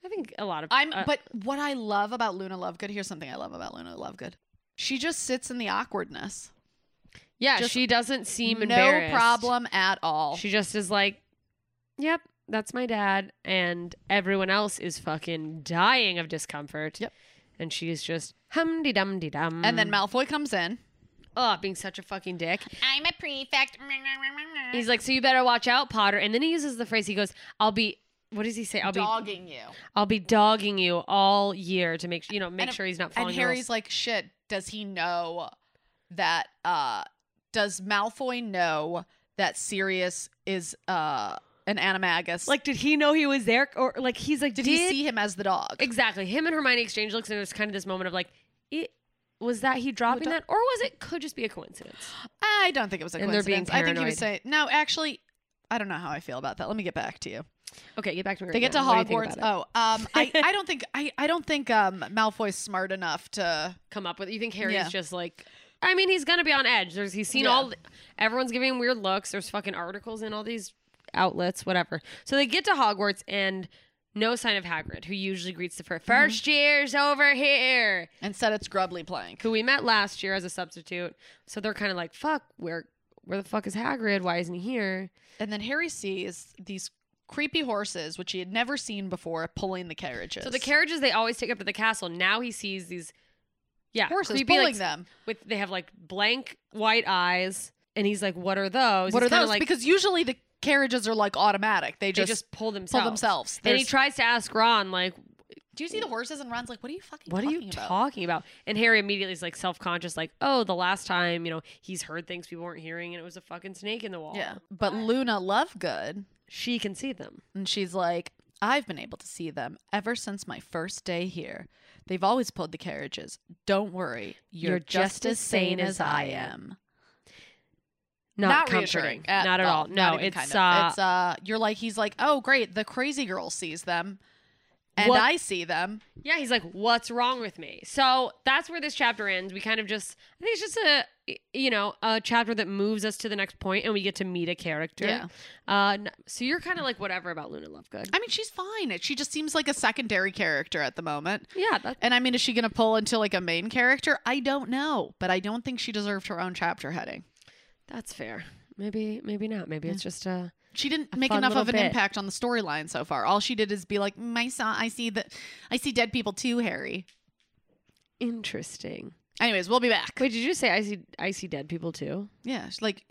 S2: I think a lot of
S3: I'm,
S2: uh,
S3: but what I love about Luna Lovegood, here's something I love about Luna Lovegood. She just sits in the awkwardness.
S2: Yeah,
S3: just
S2: she doesn't seem
S3: no
S2: embarrassed.
S3: problem at all.
S2: She just is like, Yep, that's my dad. And everyone else is fucking dying of discomfort.
S3: Yep.
S2: And she's just humdy dum de dum.
S3: and then Malfoy comes in.
S2: oh, being such a fucking dick. I'm a prefect. He's like, so you better watch out, Potter. And then he uses the phrase. He goes, "I'll be." What does he say? I'll be
S3: dogging you.
S2: I'll be dogging you all year to make you know make
S3: And-
S2: sure he's not
S3: And
S2: following. your
S3: Harry's like, shit, does he know that uh does Malfoy know that Sirius is uh an animagus?
S2: rules. like, did he know he was there? Or like, he's like,
S3: did he see him as the dog?
S2: Exactly. Him and Hermione exchange looks, and there's kind of this moment of like, it was that he dropping
S3: do-
S2: that, or was it could just be a coincidence?
S3: I don't think it was a
S2: And they're being
S3: coincidence. I think he
S2: paranoid.
S3: was saying no, actually I don't know how I feel about that. Let me get back to you.
S2: Okay, get back to uh, me.
S3: They
S2: right
S3: get to
S2: now. What do you think
S3: Hogwarts.
S2: about it?
S3: Oh, um, I, I don't think I, I don't think um, Malfoy's smart enough to.
S2: come up with. You think Harry's
S3: Yeah.
S2: just like. I mean, he's gonna be on edge. There's he's seen
S3: Yeah.
S2: all. The, everyone's giving him weird looks. There's fucking articles in all these outlets, whatever. So they get to Hogwarts and no sign of Hagrid, who usually greets the 1st first year's over here,
S3: Instead, it's Grubly playing.
S2: who we met last year as a substitute. So they're kind of like, fuck, where where the fuck is Hagrid? Why isn't he here?
S3: And then Harry sees these creepy horses, which he had never seen before, pulling the carriages.
S2: So the carriages they always take up to the castle. Now he sees these, yeah,
S3: horses
S2: creepy,
S3: pulling
S2: like,
S3: them.
S2: With they have like blank white eyes, and he's like, "What are those?
S3: What
S2: He's
S3: are
S2: kinda
S3: those?
S2: Like,
S3: because usually the carriages are like automatic. They
S2: they
S3: just,
S2: just, pull themselves.
S3: pull themselves.
S2: And he
S3: There's-
S2: tries to ask Ron, like,
S3: Do you see the horses? And Ron's like, "What are you fucking?
S2: "What are
S3: talking
S2: you
S3: about?
S2: talking about?" And Harry immediately is like self-conscious, like, "Oh, the last time, you know, he's heard things people weren't hearing, and it was a fucking snake in the wall."
S3: Yeah, but Luna Lovegood,
S2: she can see them.
S3: and she's like, "I've been able to see them ever since my first day here. They've always pulled the carriages. Don't worry, you're, just, as sane as I am."
S2: Not, comforting.
S3: reassuring
S2: not at all. No,
S3: Not even
S2: it's
S3: kind of.
S2: uh,
S3: it's uh, you're like he's like, oh great, the crazy girl sees them, and
S2: What-
S3: I see them.
S2: Yeah, he's like, "What's wrong with me?" So that's where this chapter ends. We kind of just, I think it's just a, you know, a chapter that moves us to the next point, and we get to meet a character.
S3: Yeah.
S2: Uh, n- so you're kind of like whatever about Luna Lovegood.
S3: I mean, she's fine. It- She just seems like a secondary character at the moment.
S2: yeah, that,
S3: And I mean, is she gonna pull into like a main character? I don't know, but I don't think she deserved her own chapter heading.
S2: that's fair. Maybe, maybe not. Maybe it's just uh, a.
S3: She didn't
S2: A
S3: make
S2: fun
S3: enough
S2: little
S3: of an
S2: bit.
S3: impact on the storyline so far. All she did is be like, "Mm, I saw, I see that, I see dead people too, Harry.
S2: Interesting.
S3: Anyways, we'll be back.
S2: Wait, did you say I see I see dead people too?
S3: Yeah, it's like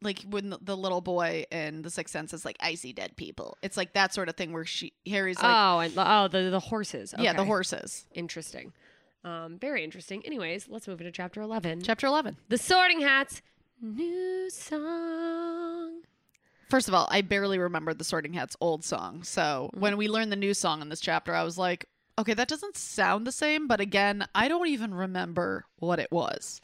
S3: like when the, the little boy in The Sixth Sense is like, "I see dead people." It's like that sort of thing where she Harry's like,
S2: oh, and oh, the the horses.
S3: "Yeah, the
S2: Okay.
S3: horses."
S2: Interesting. Um, very interesting. Anyways, let's move into Mm. chapter eleven.
S3: Chapter eleven.
S2: the Sorting Hat's new song.
S3: First of all, I barely remembered the Sorting Hat's old song, so
S2: Mm.
S3: when we learned the new song in this chapter, I was like, "Okay, that doesn't sound the same." But again, I don't even remember what it was.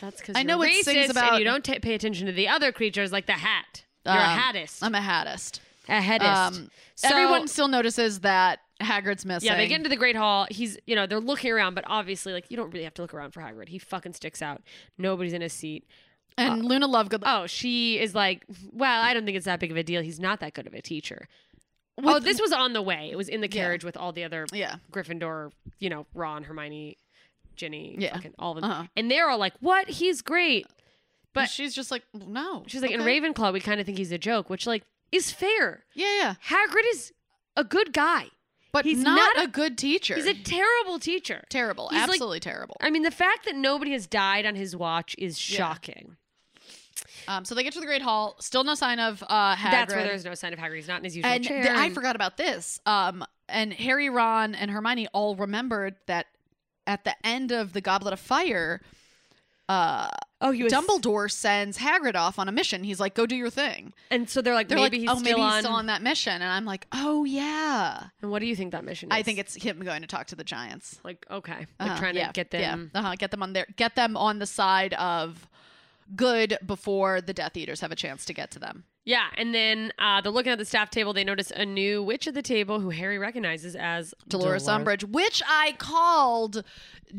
S2: That's because
S3: I know
S2: you're
S3: it
S2: racist
S3: sings
S2: and
S3: about-
S2: you don't ta pay attention to the other creatures like the hat. You're
S3: Um,
S2: a hattist,
S3: I'm a hattist.
S2: a headist.
S3: um,
S2: so,
S3: Everyone still notices that Hagrid's missing.
S2: yeah, they get into the Great Hall. He's, you know, they're looking around, but obviously, like, you don't really have to look around for Hagrid. He fucking sticks out. Nobody's in his seat.
S3: and Luna Lovegood.
S2: Oh, she is like, well, I don't think it's that big of a deal. He's not that good of a teacher. oh, this was on the way. It was in the
S3: Yeah.
S2: carriage with all the other
S3: yeah,
S2: Gryffindor, you know, Ron, Hermione, Ginny,
S3: Yeah.
S2: fucking all of them.
S3: uh-huh.
S2: And they're all like, what? He's great.
S3: but
S2: But-
S3: she's just like, "No."
S2: She's like,
S3: okay.
S2: in Ravenclaw, we kind of think he's a joke, which, like, is fair.
S3: Yeah, yeah.
S2: Hagrid is a good guy.
S3: But
S2: He's
S3: he's
S2: not
S3: not,
S2: a-
S3: a, good teacher.
S2: He's a terrible teacher.
S3: terrible,
S2: he's like-
S3: absolutely terrible.
S2: I mean, the fact that nobody has died on his watch is shocking.
S3: Um, so they get to the Great Hall. Still no sign of uh, Hagrid.
S2: That's where there's no sign of Hagrid. He's not in his usual
S3: and
S2: chair.
S3: th- I
S2: and-
S3: forgot about this. Um, and Harry, Ron, and Hermione all remembered that at the end of the Goblet of Fire, uh,
S2: Oh, he was
S3: Dumbledore sends Hagrid off on a mission. He's like, "Go do your thing."
S2: And so they're like,
S3: They're
S2: maybe
S3: like,
S2: he's
S3: "Oh,
S2: still
S3: maybe
S2: on.
S3: he's still on that mission." And I'm like, "Oh yeah."
S2: And what do you think that mission is?
S3: I think it's him going to talk to the giants.
S2: like okay,
S3: Uh-huh,
S2: like trying
S3: yeah,
S2: to get them.
S3: Yeah, uh-huh, get them on their, get them on the side of good before the Death Eaters have a chance to get to them.
S2: Yeah, and then uh, they're looking at the staff table. They notice a new witch at the table who Harry recognizes as
S3: Dolores Umbridge, which I called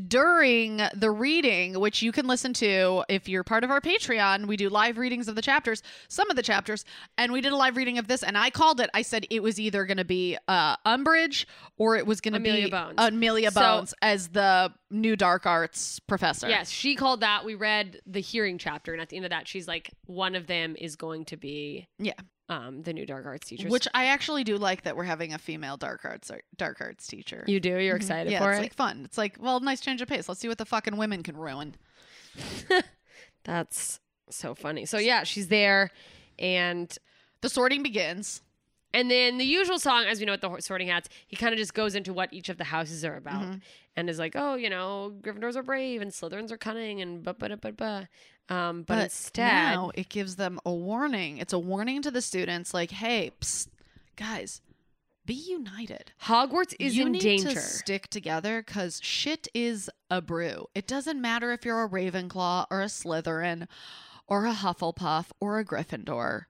S3: during the reading, which you can listen to if you're part of our Patreon. We do live readings of the chapters, some of the chapters, and we did a live reading of this, and I called it. I said it was either going to be uh, Umbridge or it was going to be
S2: Amelia Bones.
S3: Amelia
S2: So-
S3: Bones as the new dark arts professor.
S2: Yes, she called that. We read the hearing chapter, and at the end of that, she's like, one of them is going to be
S3: Yeah.
S2: um, the new dark arts teacher.
S3: Which I actually do like that we're having a female dark arts dark arts teacher.
S2: you do. You're
S3: Mhm.
S2: excited
S3: yeah,
S2: for
S3: it's
S2: it.
S3: like fun. It's like, well, nice change of pace. Let's see what the fucking women can ruin.
S2: That's so funny. So yeah, she's there, and
S3: The sorting begins.
S2: and then the usual song, as we know at the Ho- Sorting Hats, he kind of just goes into what each of the houses are about,
S3: Mhm.
S2: and is like, oh, you know, Gryffindors are brave and Slytherins are cunning and ba ba da ba ba. Um, but, instead,
S3: now it gives them a warning. It's a warning to the students, like, hey, psst, guys, be united.
S2: Hogwarts is
S3: you
S2: in
S3: need
S2: danger.
S3: to stick together because shit is a brew. It doesn't matter if you're a Ravenclaw or a Slytherin or a Hufflepuff or a Gryffindor.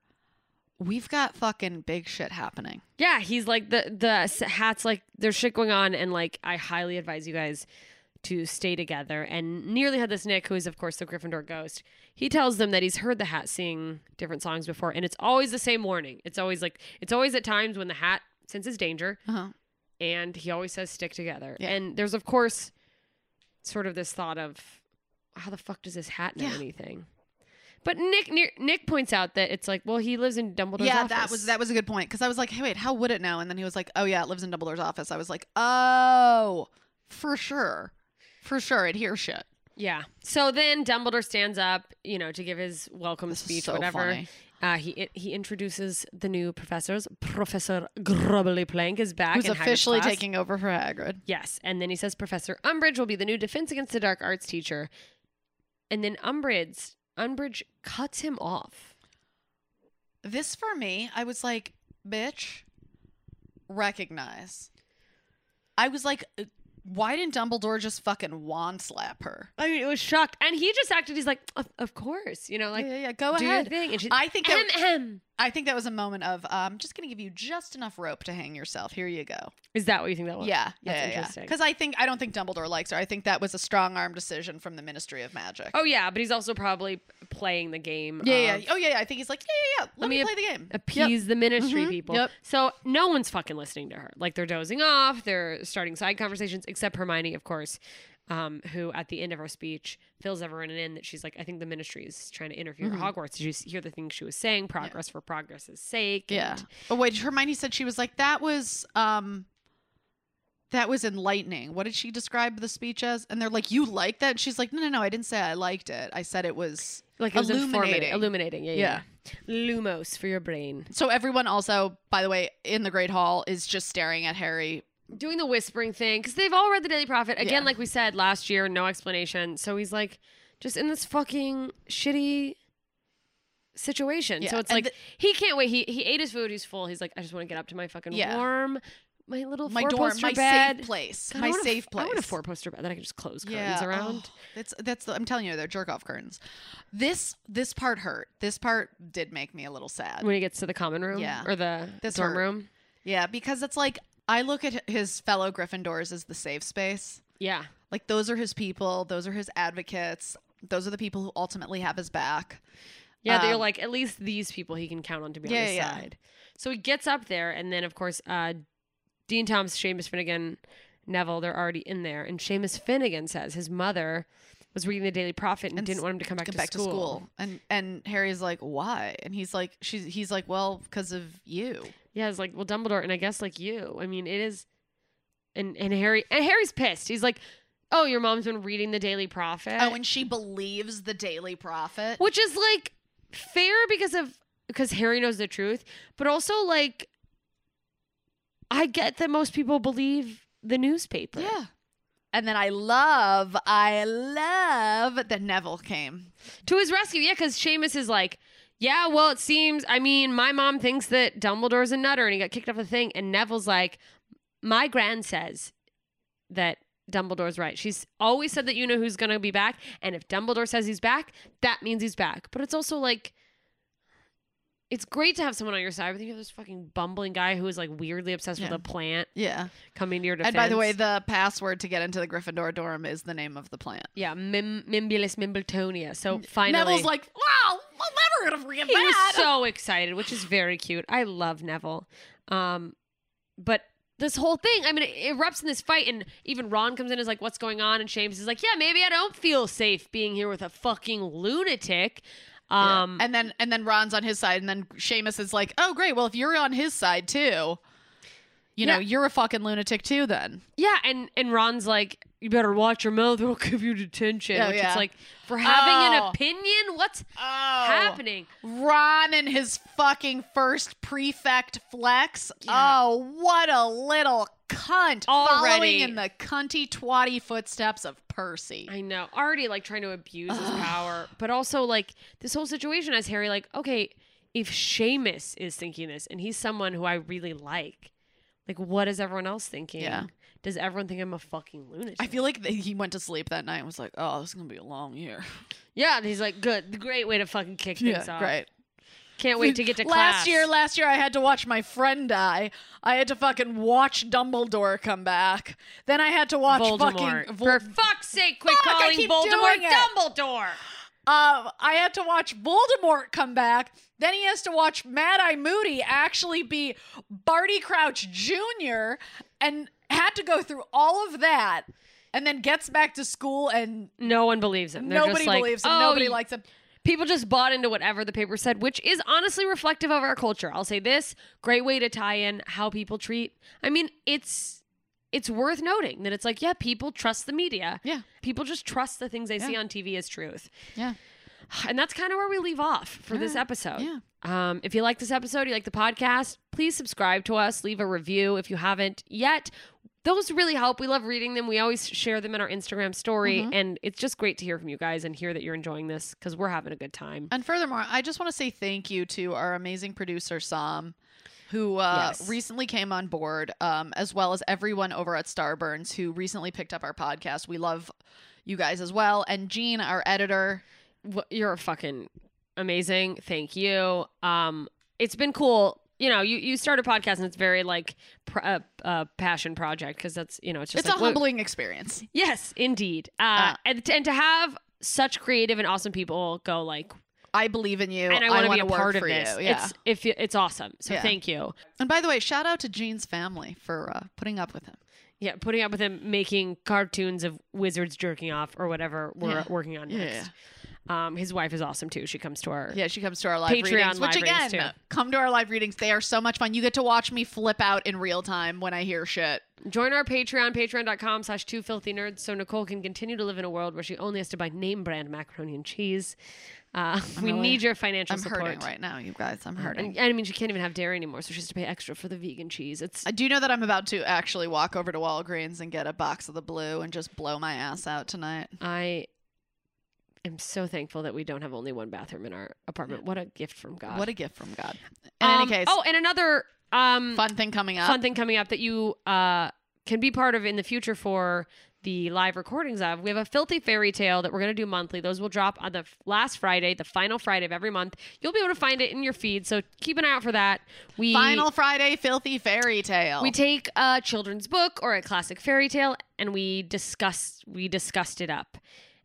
S3: We've got fucking big shit happening.
S2: Yeah, he's like the the s- hats like there's shit going on, and like I highly advise you guys to stay together. And nearly had this Nick, who is of course the Gryffindor ghost. He tells them that he's heard the hat sing different songs before, and it's always the same warning. It's always like it's always at times when the hat senses danger,
S3: Uh-huh.
S2: and he always says stick together.
S3: Yeah.
S2: And there's of course sort of this thought of how the fuck does this hat know
S3: Yeah.
S2: anything? But Nick near, Nick points out that it's like well he lives in Dumbledore's
S3: yeah,
S2: office.
S3: that was that was a good point because I was like, hey, wait, how would it know? And then he was like, oh yeah, it lives in Dumbledore's office. I was like, oh, for sure, for sure, it hears shit.
S2: Yeah. So then Dumbledore stands up, you know, to give his welcome
S3: This is
S2: speech,
S3: so
S2: whatever.
S3: funny.
S2: Uh, he he introduces the new professors. Professor Grubbly Plank is back.
S3: Who's
S2: in Hagrid's
S3: officially
S2: class.
S3: taking over for Hagrid.
S2: Yes, and then he says Professor Umbridge will be the new Defense Against the Dark Arts teacher, and then Umbridge Umbridge cuts him off.
S3: This for me, I was like, bitch, recognize. I was like, uh, why didn't Dumbledore just fucking wand slap her?
S2: I mean, it was shocked, and he just acted. He's like, of, of course, you know, like
S3: yeah, yeah, yeah, go
S2: do
S3: ahead.
S2: your thing. And she,
S3: I think that
S2: ahem.
S3: I think that was a moment of um, just gonna give you just enough rope to hang yourself. Here you go.
S2: is that what you think that was?
S3: yeah,
S2: that's
S3: yeah, yeah.
S2: interesting.
S3: Because I think I don't think Dumbledore likes her. I think that was a strong arm decision from the Ministry of Magic.
S2: Oh yeah, but he's also probably playing the game.
S3: yeah,
S2: of-
S3: yeah. Oh yeah, yeah. I think he's like, yeah, yeah, yeah. Let,
S2: Let
S3: me,
S2: me
S3: play the game.
S2: appease the ministry people.
S3: Yep.
S2: So no one's fucking listening to her. Like they're dozing off, they're starting side conversations, except Hermione, of course, um, who at the end of her speech fills everyone in that she's like, I think the ministry is trying to interfere at Hogwarts. Did you s- hear the things she was saying? Progress for progress's sake.
S3: Yeah.
S2: and-
S3: Oh wait, Hermione said she was like that was um that was enlightening. What did she describe the speech as? And they're like, "You like that?" And she's like, "No, no, no. I didn't say I liked it. I said it was."
S2: like it was illuminating. Illuminating.
S3: Illuminating.
S2: Yeah, yeah. Lumos for your brain.
S3: So everyone also, by the way, in the Great Hall is just staring at Harry.
S2: Doing the whispering thing because they've all read the Daily Prophet again,
S3: Yeah.
S2: like we said last year. No explanation. So he's like, just in this fucking shitty situation. So
S3: Yeah,
S2: it's
S3: and
S2: like
S3: the-
S2: he can't wait. He he ate his food. He's full. He's like, I just want to get up to my fucking
S3: Yeah.
S2: warm, my little
S3: My
S2: four
S3: dorm,
S2: poster
S3: my
S2: bed.
S3: safe place,
S2: God, I
S3: my
S2: want a-
S3: safe place.
S2: I want a four poster bed that I can just close curtains around.
S3: oh, that's that's. The, I'm telling you, they're jerk off curtains. This this part hurt. This part did make me a little sad.
S2: When he gets to the common room
S3: Yeah.
S2: or the
S3: This
S2: dorm
S3: hurt.
S2: room,
S3: Yeah, because it's like I look at his fellow Gryffindors as the safe space.
S2: yeah,
S3: Like those are his people. Those are his advocates. Those are the people who ultimately have his back.
S2: yeah. they're
S3: Um,
S2: like at least these people he can count on to be on
S3: Yeah,
S2: his
S3: yeah, yeah.
S2: side. So he gets up there, and then of course, uh, Dean Thomas, Seamus Finnegan, Neville, they're already in there, and Seamus Finnegan says his mother was reading the Daily Prophet and,
S3: And
S2: didn't
S3: s-
S2: want him to come back,
S3: Come
S2: to,
S3: back
S2: school.
S3: to school, and and Harry's like, why? And he's like, she's he's like, well, because of you.
S2: Yeah, it's like, well, Dumbledore, and I guess like you. I mean, it is, and and Harry and Harry's pissed. He's like, oh, your mom's been reading the Daily Prophet,
S3: Oh, and she believes the Daily Prophet.
S2: which is like fair because of because Harry knows the truth, but also like I get that most people believe the newspaper.
S3: Yeah. And then I love, I love that Neville came.
S2: To his rescue, yeah, because Seamus is like, yeah, well, it seems, I mean, my mom thinks that Dumbledore's a nutter and he got kicked off the thing. And Neville's like, my grand says that Dumbledore's right. She's always said that you know who's going to be back. And if Dumbledore says he's back, that means he's back. But it's also like, it's great to have someone on your side, but then you have this fucking bumbling guy who is like weirdly obsessed
S3: Yeah.
S2: with a plant
S3: Yeah.
S2: coming to your defense.
S3: And by the way, the password to get into the Gryffindor dorm is the name of the plant.
S2: yeah, Mim- Mimbulus Mimbletonia. So finally,
S3: Neville's like, wow, I'm never gonna forget
S2: he
S3: that.
S2: was so excited, which is very cute. I love Neville. Um, but this whole thing, I mean, it erupts in this fight, and even Ron comes in and is like, "What's going on?" And James is like, "Yeah, maybe I don't feel safe being here with a fucking lunatic."
S3: Yeah.
S2: Um,
S3: and then and then Ron's on his side, and then Seamus is like, "Oh, great. Well, if you're on his side too, you know,
S2: Yeah.
S3: you're a fucking lunatic too." Then
S2: yeah, and and Ron's like, "You better watch your mouth; it'll give you detention."
S3: Oh,
S2: which
S3: yeah.
S2: is like, for having
S3: Oh.
S2: an opinion, what's
S3: oh,
S2: happening?
S3: Ron and his fucking first prefect flex.
S2: Yeah.
S3: Oh, what a little cunt!
S2: Already.
S3: Following in the cunty twatty footsteps of Percy.
S2: I know. Already like trying to abuse his power, but also like this whole situation has Harry like, okay, if Seamus is thinking this and he's someone who I really like, like what is everyone else thinking?
S3: Yeah.
S2: Does everyone think I'm a fucking lunatic?
S3: I feel like th- he went to sleep that night and was like, "Oh, this is gonna be a long year."
S2: yeah, and he's like, good, great way to fucking kick things off.
S3: great.
S2: Can't wait to get to
S3: last
S2: class.
S3: year last year i had to watch my friend die i had to fucking watch dumbledore come back then i had to watch
S2: Voldemort.
S3: fucking
S2: For fuck's sake, quit
S3: Fuck, I
S2: calling
S3: keep
S2: Voldemort
S3: doing it.
S2: Dumbledore.
S3: uh, i had to watch voldemort come back then he has to watch mad eye moody actually be barty crouch jr and had to go through all of that and then gets back to school and
S2: No one believes him. They're
S3: nobody
S2: just like,
S3: believes him
S2: "Oh,
S3: nobody
S2: you-
S3: likes him
S2: people just bought into whatever the paper said, which is honestly reflective of our culture. I'll say this great way to tie in how people treat. I mean, it's it's worth noting that it's like, yeah, people trust the media.
S3: Yeah.
S2: People just trust the things they see
S3: Yeah.
S2: on TV as truth.
S3: Yeah.
S2: And that's kind of where we leave off for this episode.
S3: yeah.
S2: Um, if you like this episode, you like the podcast, please subscribe to us, leave a review if you haven't yet. Those really help. We love reading them. We always share them in our Instagram story.
S3: Mm-hmm.
S2: And it's just great to hear from you guys and hear that you're enjoying this because we're having a good time.
S3: And furthermore, I just want to say thank you to our amazing producer Sam, who uh,
S2: Yes.
S3: recently came on board, um, as well as everyone over at Starburns who recently picked up our podcast. We love you guys as well, and Gene, our editor.
S2: Wh- you're fucking amazing. Thank you. Um, it's been cool. You know, you, you start a podcast and it's very like pr- uh, uh, passion project because that's you know it's just
S3: it's
S2: like,
S3: a
S2: what-
S3: humbling experience.
S2: yes, indeed. Uh,
S3: Uh,
S2: and, and to have such creative and awesome people go like,
S3: I believe in you,
S2: and I
S3: want to
S2: be a
S3: work
S2: part of
S3: for
S2: this.
S3: You. Yeah.
S2: It's if you, it's awesome. So
S3: Yeah.
S2: thank you.
S3: and by the way, shout out to Gene's family for uh, putting up with him.
S2: Yeah, putting up with him making cartoons of wizards jerking off or whatever we're
S3: Yeah.
S2: working on
S3: Yeah.
S2: next. Um, his wife is awesome too. She comes to our
S3: Yeah, she comes to our live
S2: Patreon
S3: readings,
S2: live
S3: which again,
S2: readings, too.
S3: come to our live readings. They are so much fun. You get to watch me flip out in real time when I hear shit.
S2: Join our Patreon, patreon.com slash two filthy nerds, so Nicole can continue to live in a world where she only has to buy name brand macaroni and cheese. Uh, we
S3: really-
S2: need your financial
S3: I'm Mm,
S2: support. Mm,
S3: hurting right now, you guys. I'm hurting.
S2: And, and I mean, she can't even have dairy anymore, so she has to pay extra for the vegan cheese. It's
S3: I do know that I'm about to actually walk over to Walgreens and get a box of the blue and just blow my ass out tonight.
S2: I am so thankful that we don't have only one bathroom in our apartment. What a gift from God!
S3: What a gift from God. In
S2: Um,
S3: any case,
S2: oh, and another um,
S3: fun thing coming up.
S2: fun thing coming up that you uh, can be part of in the future for the live recordings of. We have a filthy fairy tale that we're going to do monthly. Those will drop on the f- last Friday, the final Friday of every month. You'll be able to find it in your feed, so keep an eye out for that. We
S3: Final Friday filthy fairy tale.
S2: we take a children's book or a classic fairy tale and we discuss we discussed it up.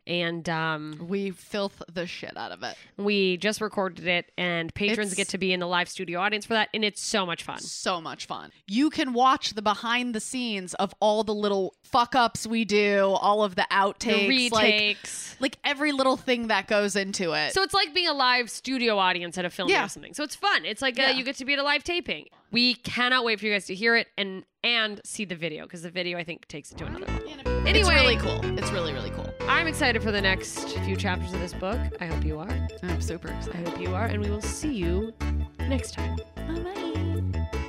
S2: And um,
S3: we filth the shit out of it.
S2: we just recorded it, and patrons
S3: It's-
S2: get to be in the live studio audience for that, and it's so much fun.
S3: So much fun. You can watch the behind the scenes of all the little fuck ups we do, all of the outtakes,
S2: The
S3: like
S2: retakes.
S3: like every little thing that goes into it.
S2: So it's like being a live studio audience at a film
S3: Uh, Yeah.
S2: or something. So it's fun. It's like uh,
S3: Yeah.
S2: you get to be at a live taping. We cannot wait for you guys to hear it and and see the video because the video I think takes it to another. level. Anyway,
S3: it's really cool. It's really really cool.
S2: I'm excited for the next few chapters of this book. I hope you are.
S3: I'm super excited.
S2: I hope you are, and we will see you next time.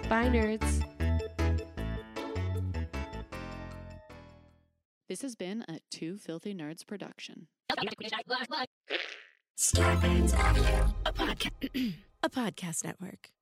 S2: Bye, nerds.
S3: This has been a Two Filthy Nerds production.
S1: Scorpions Audio, a podcast, a podcast network.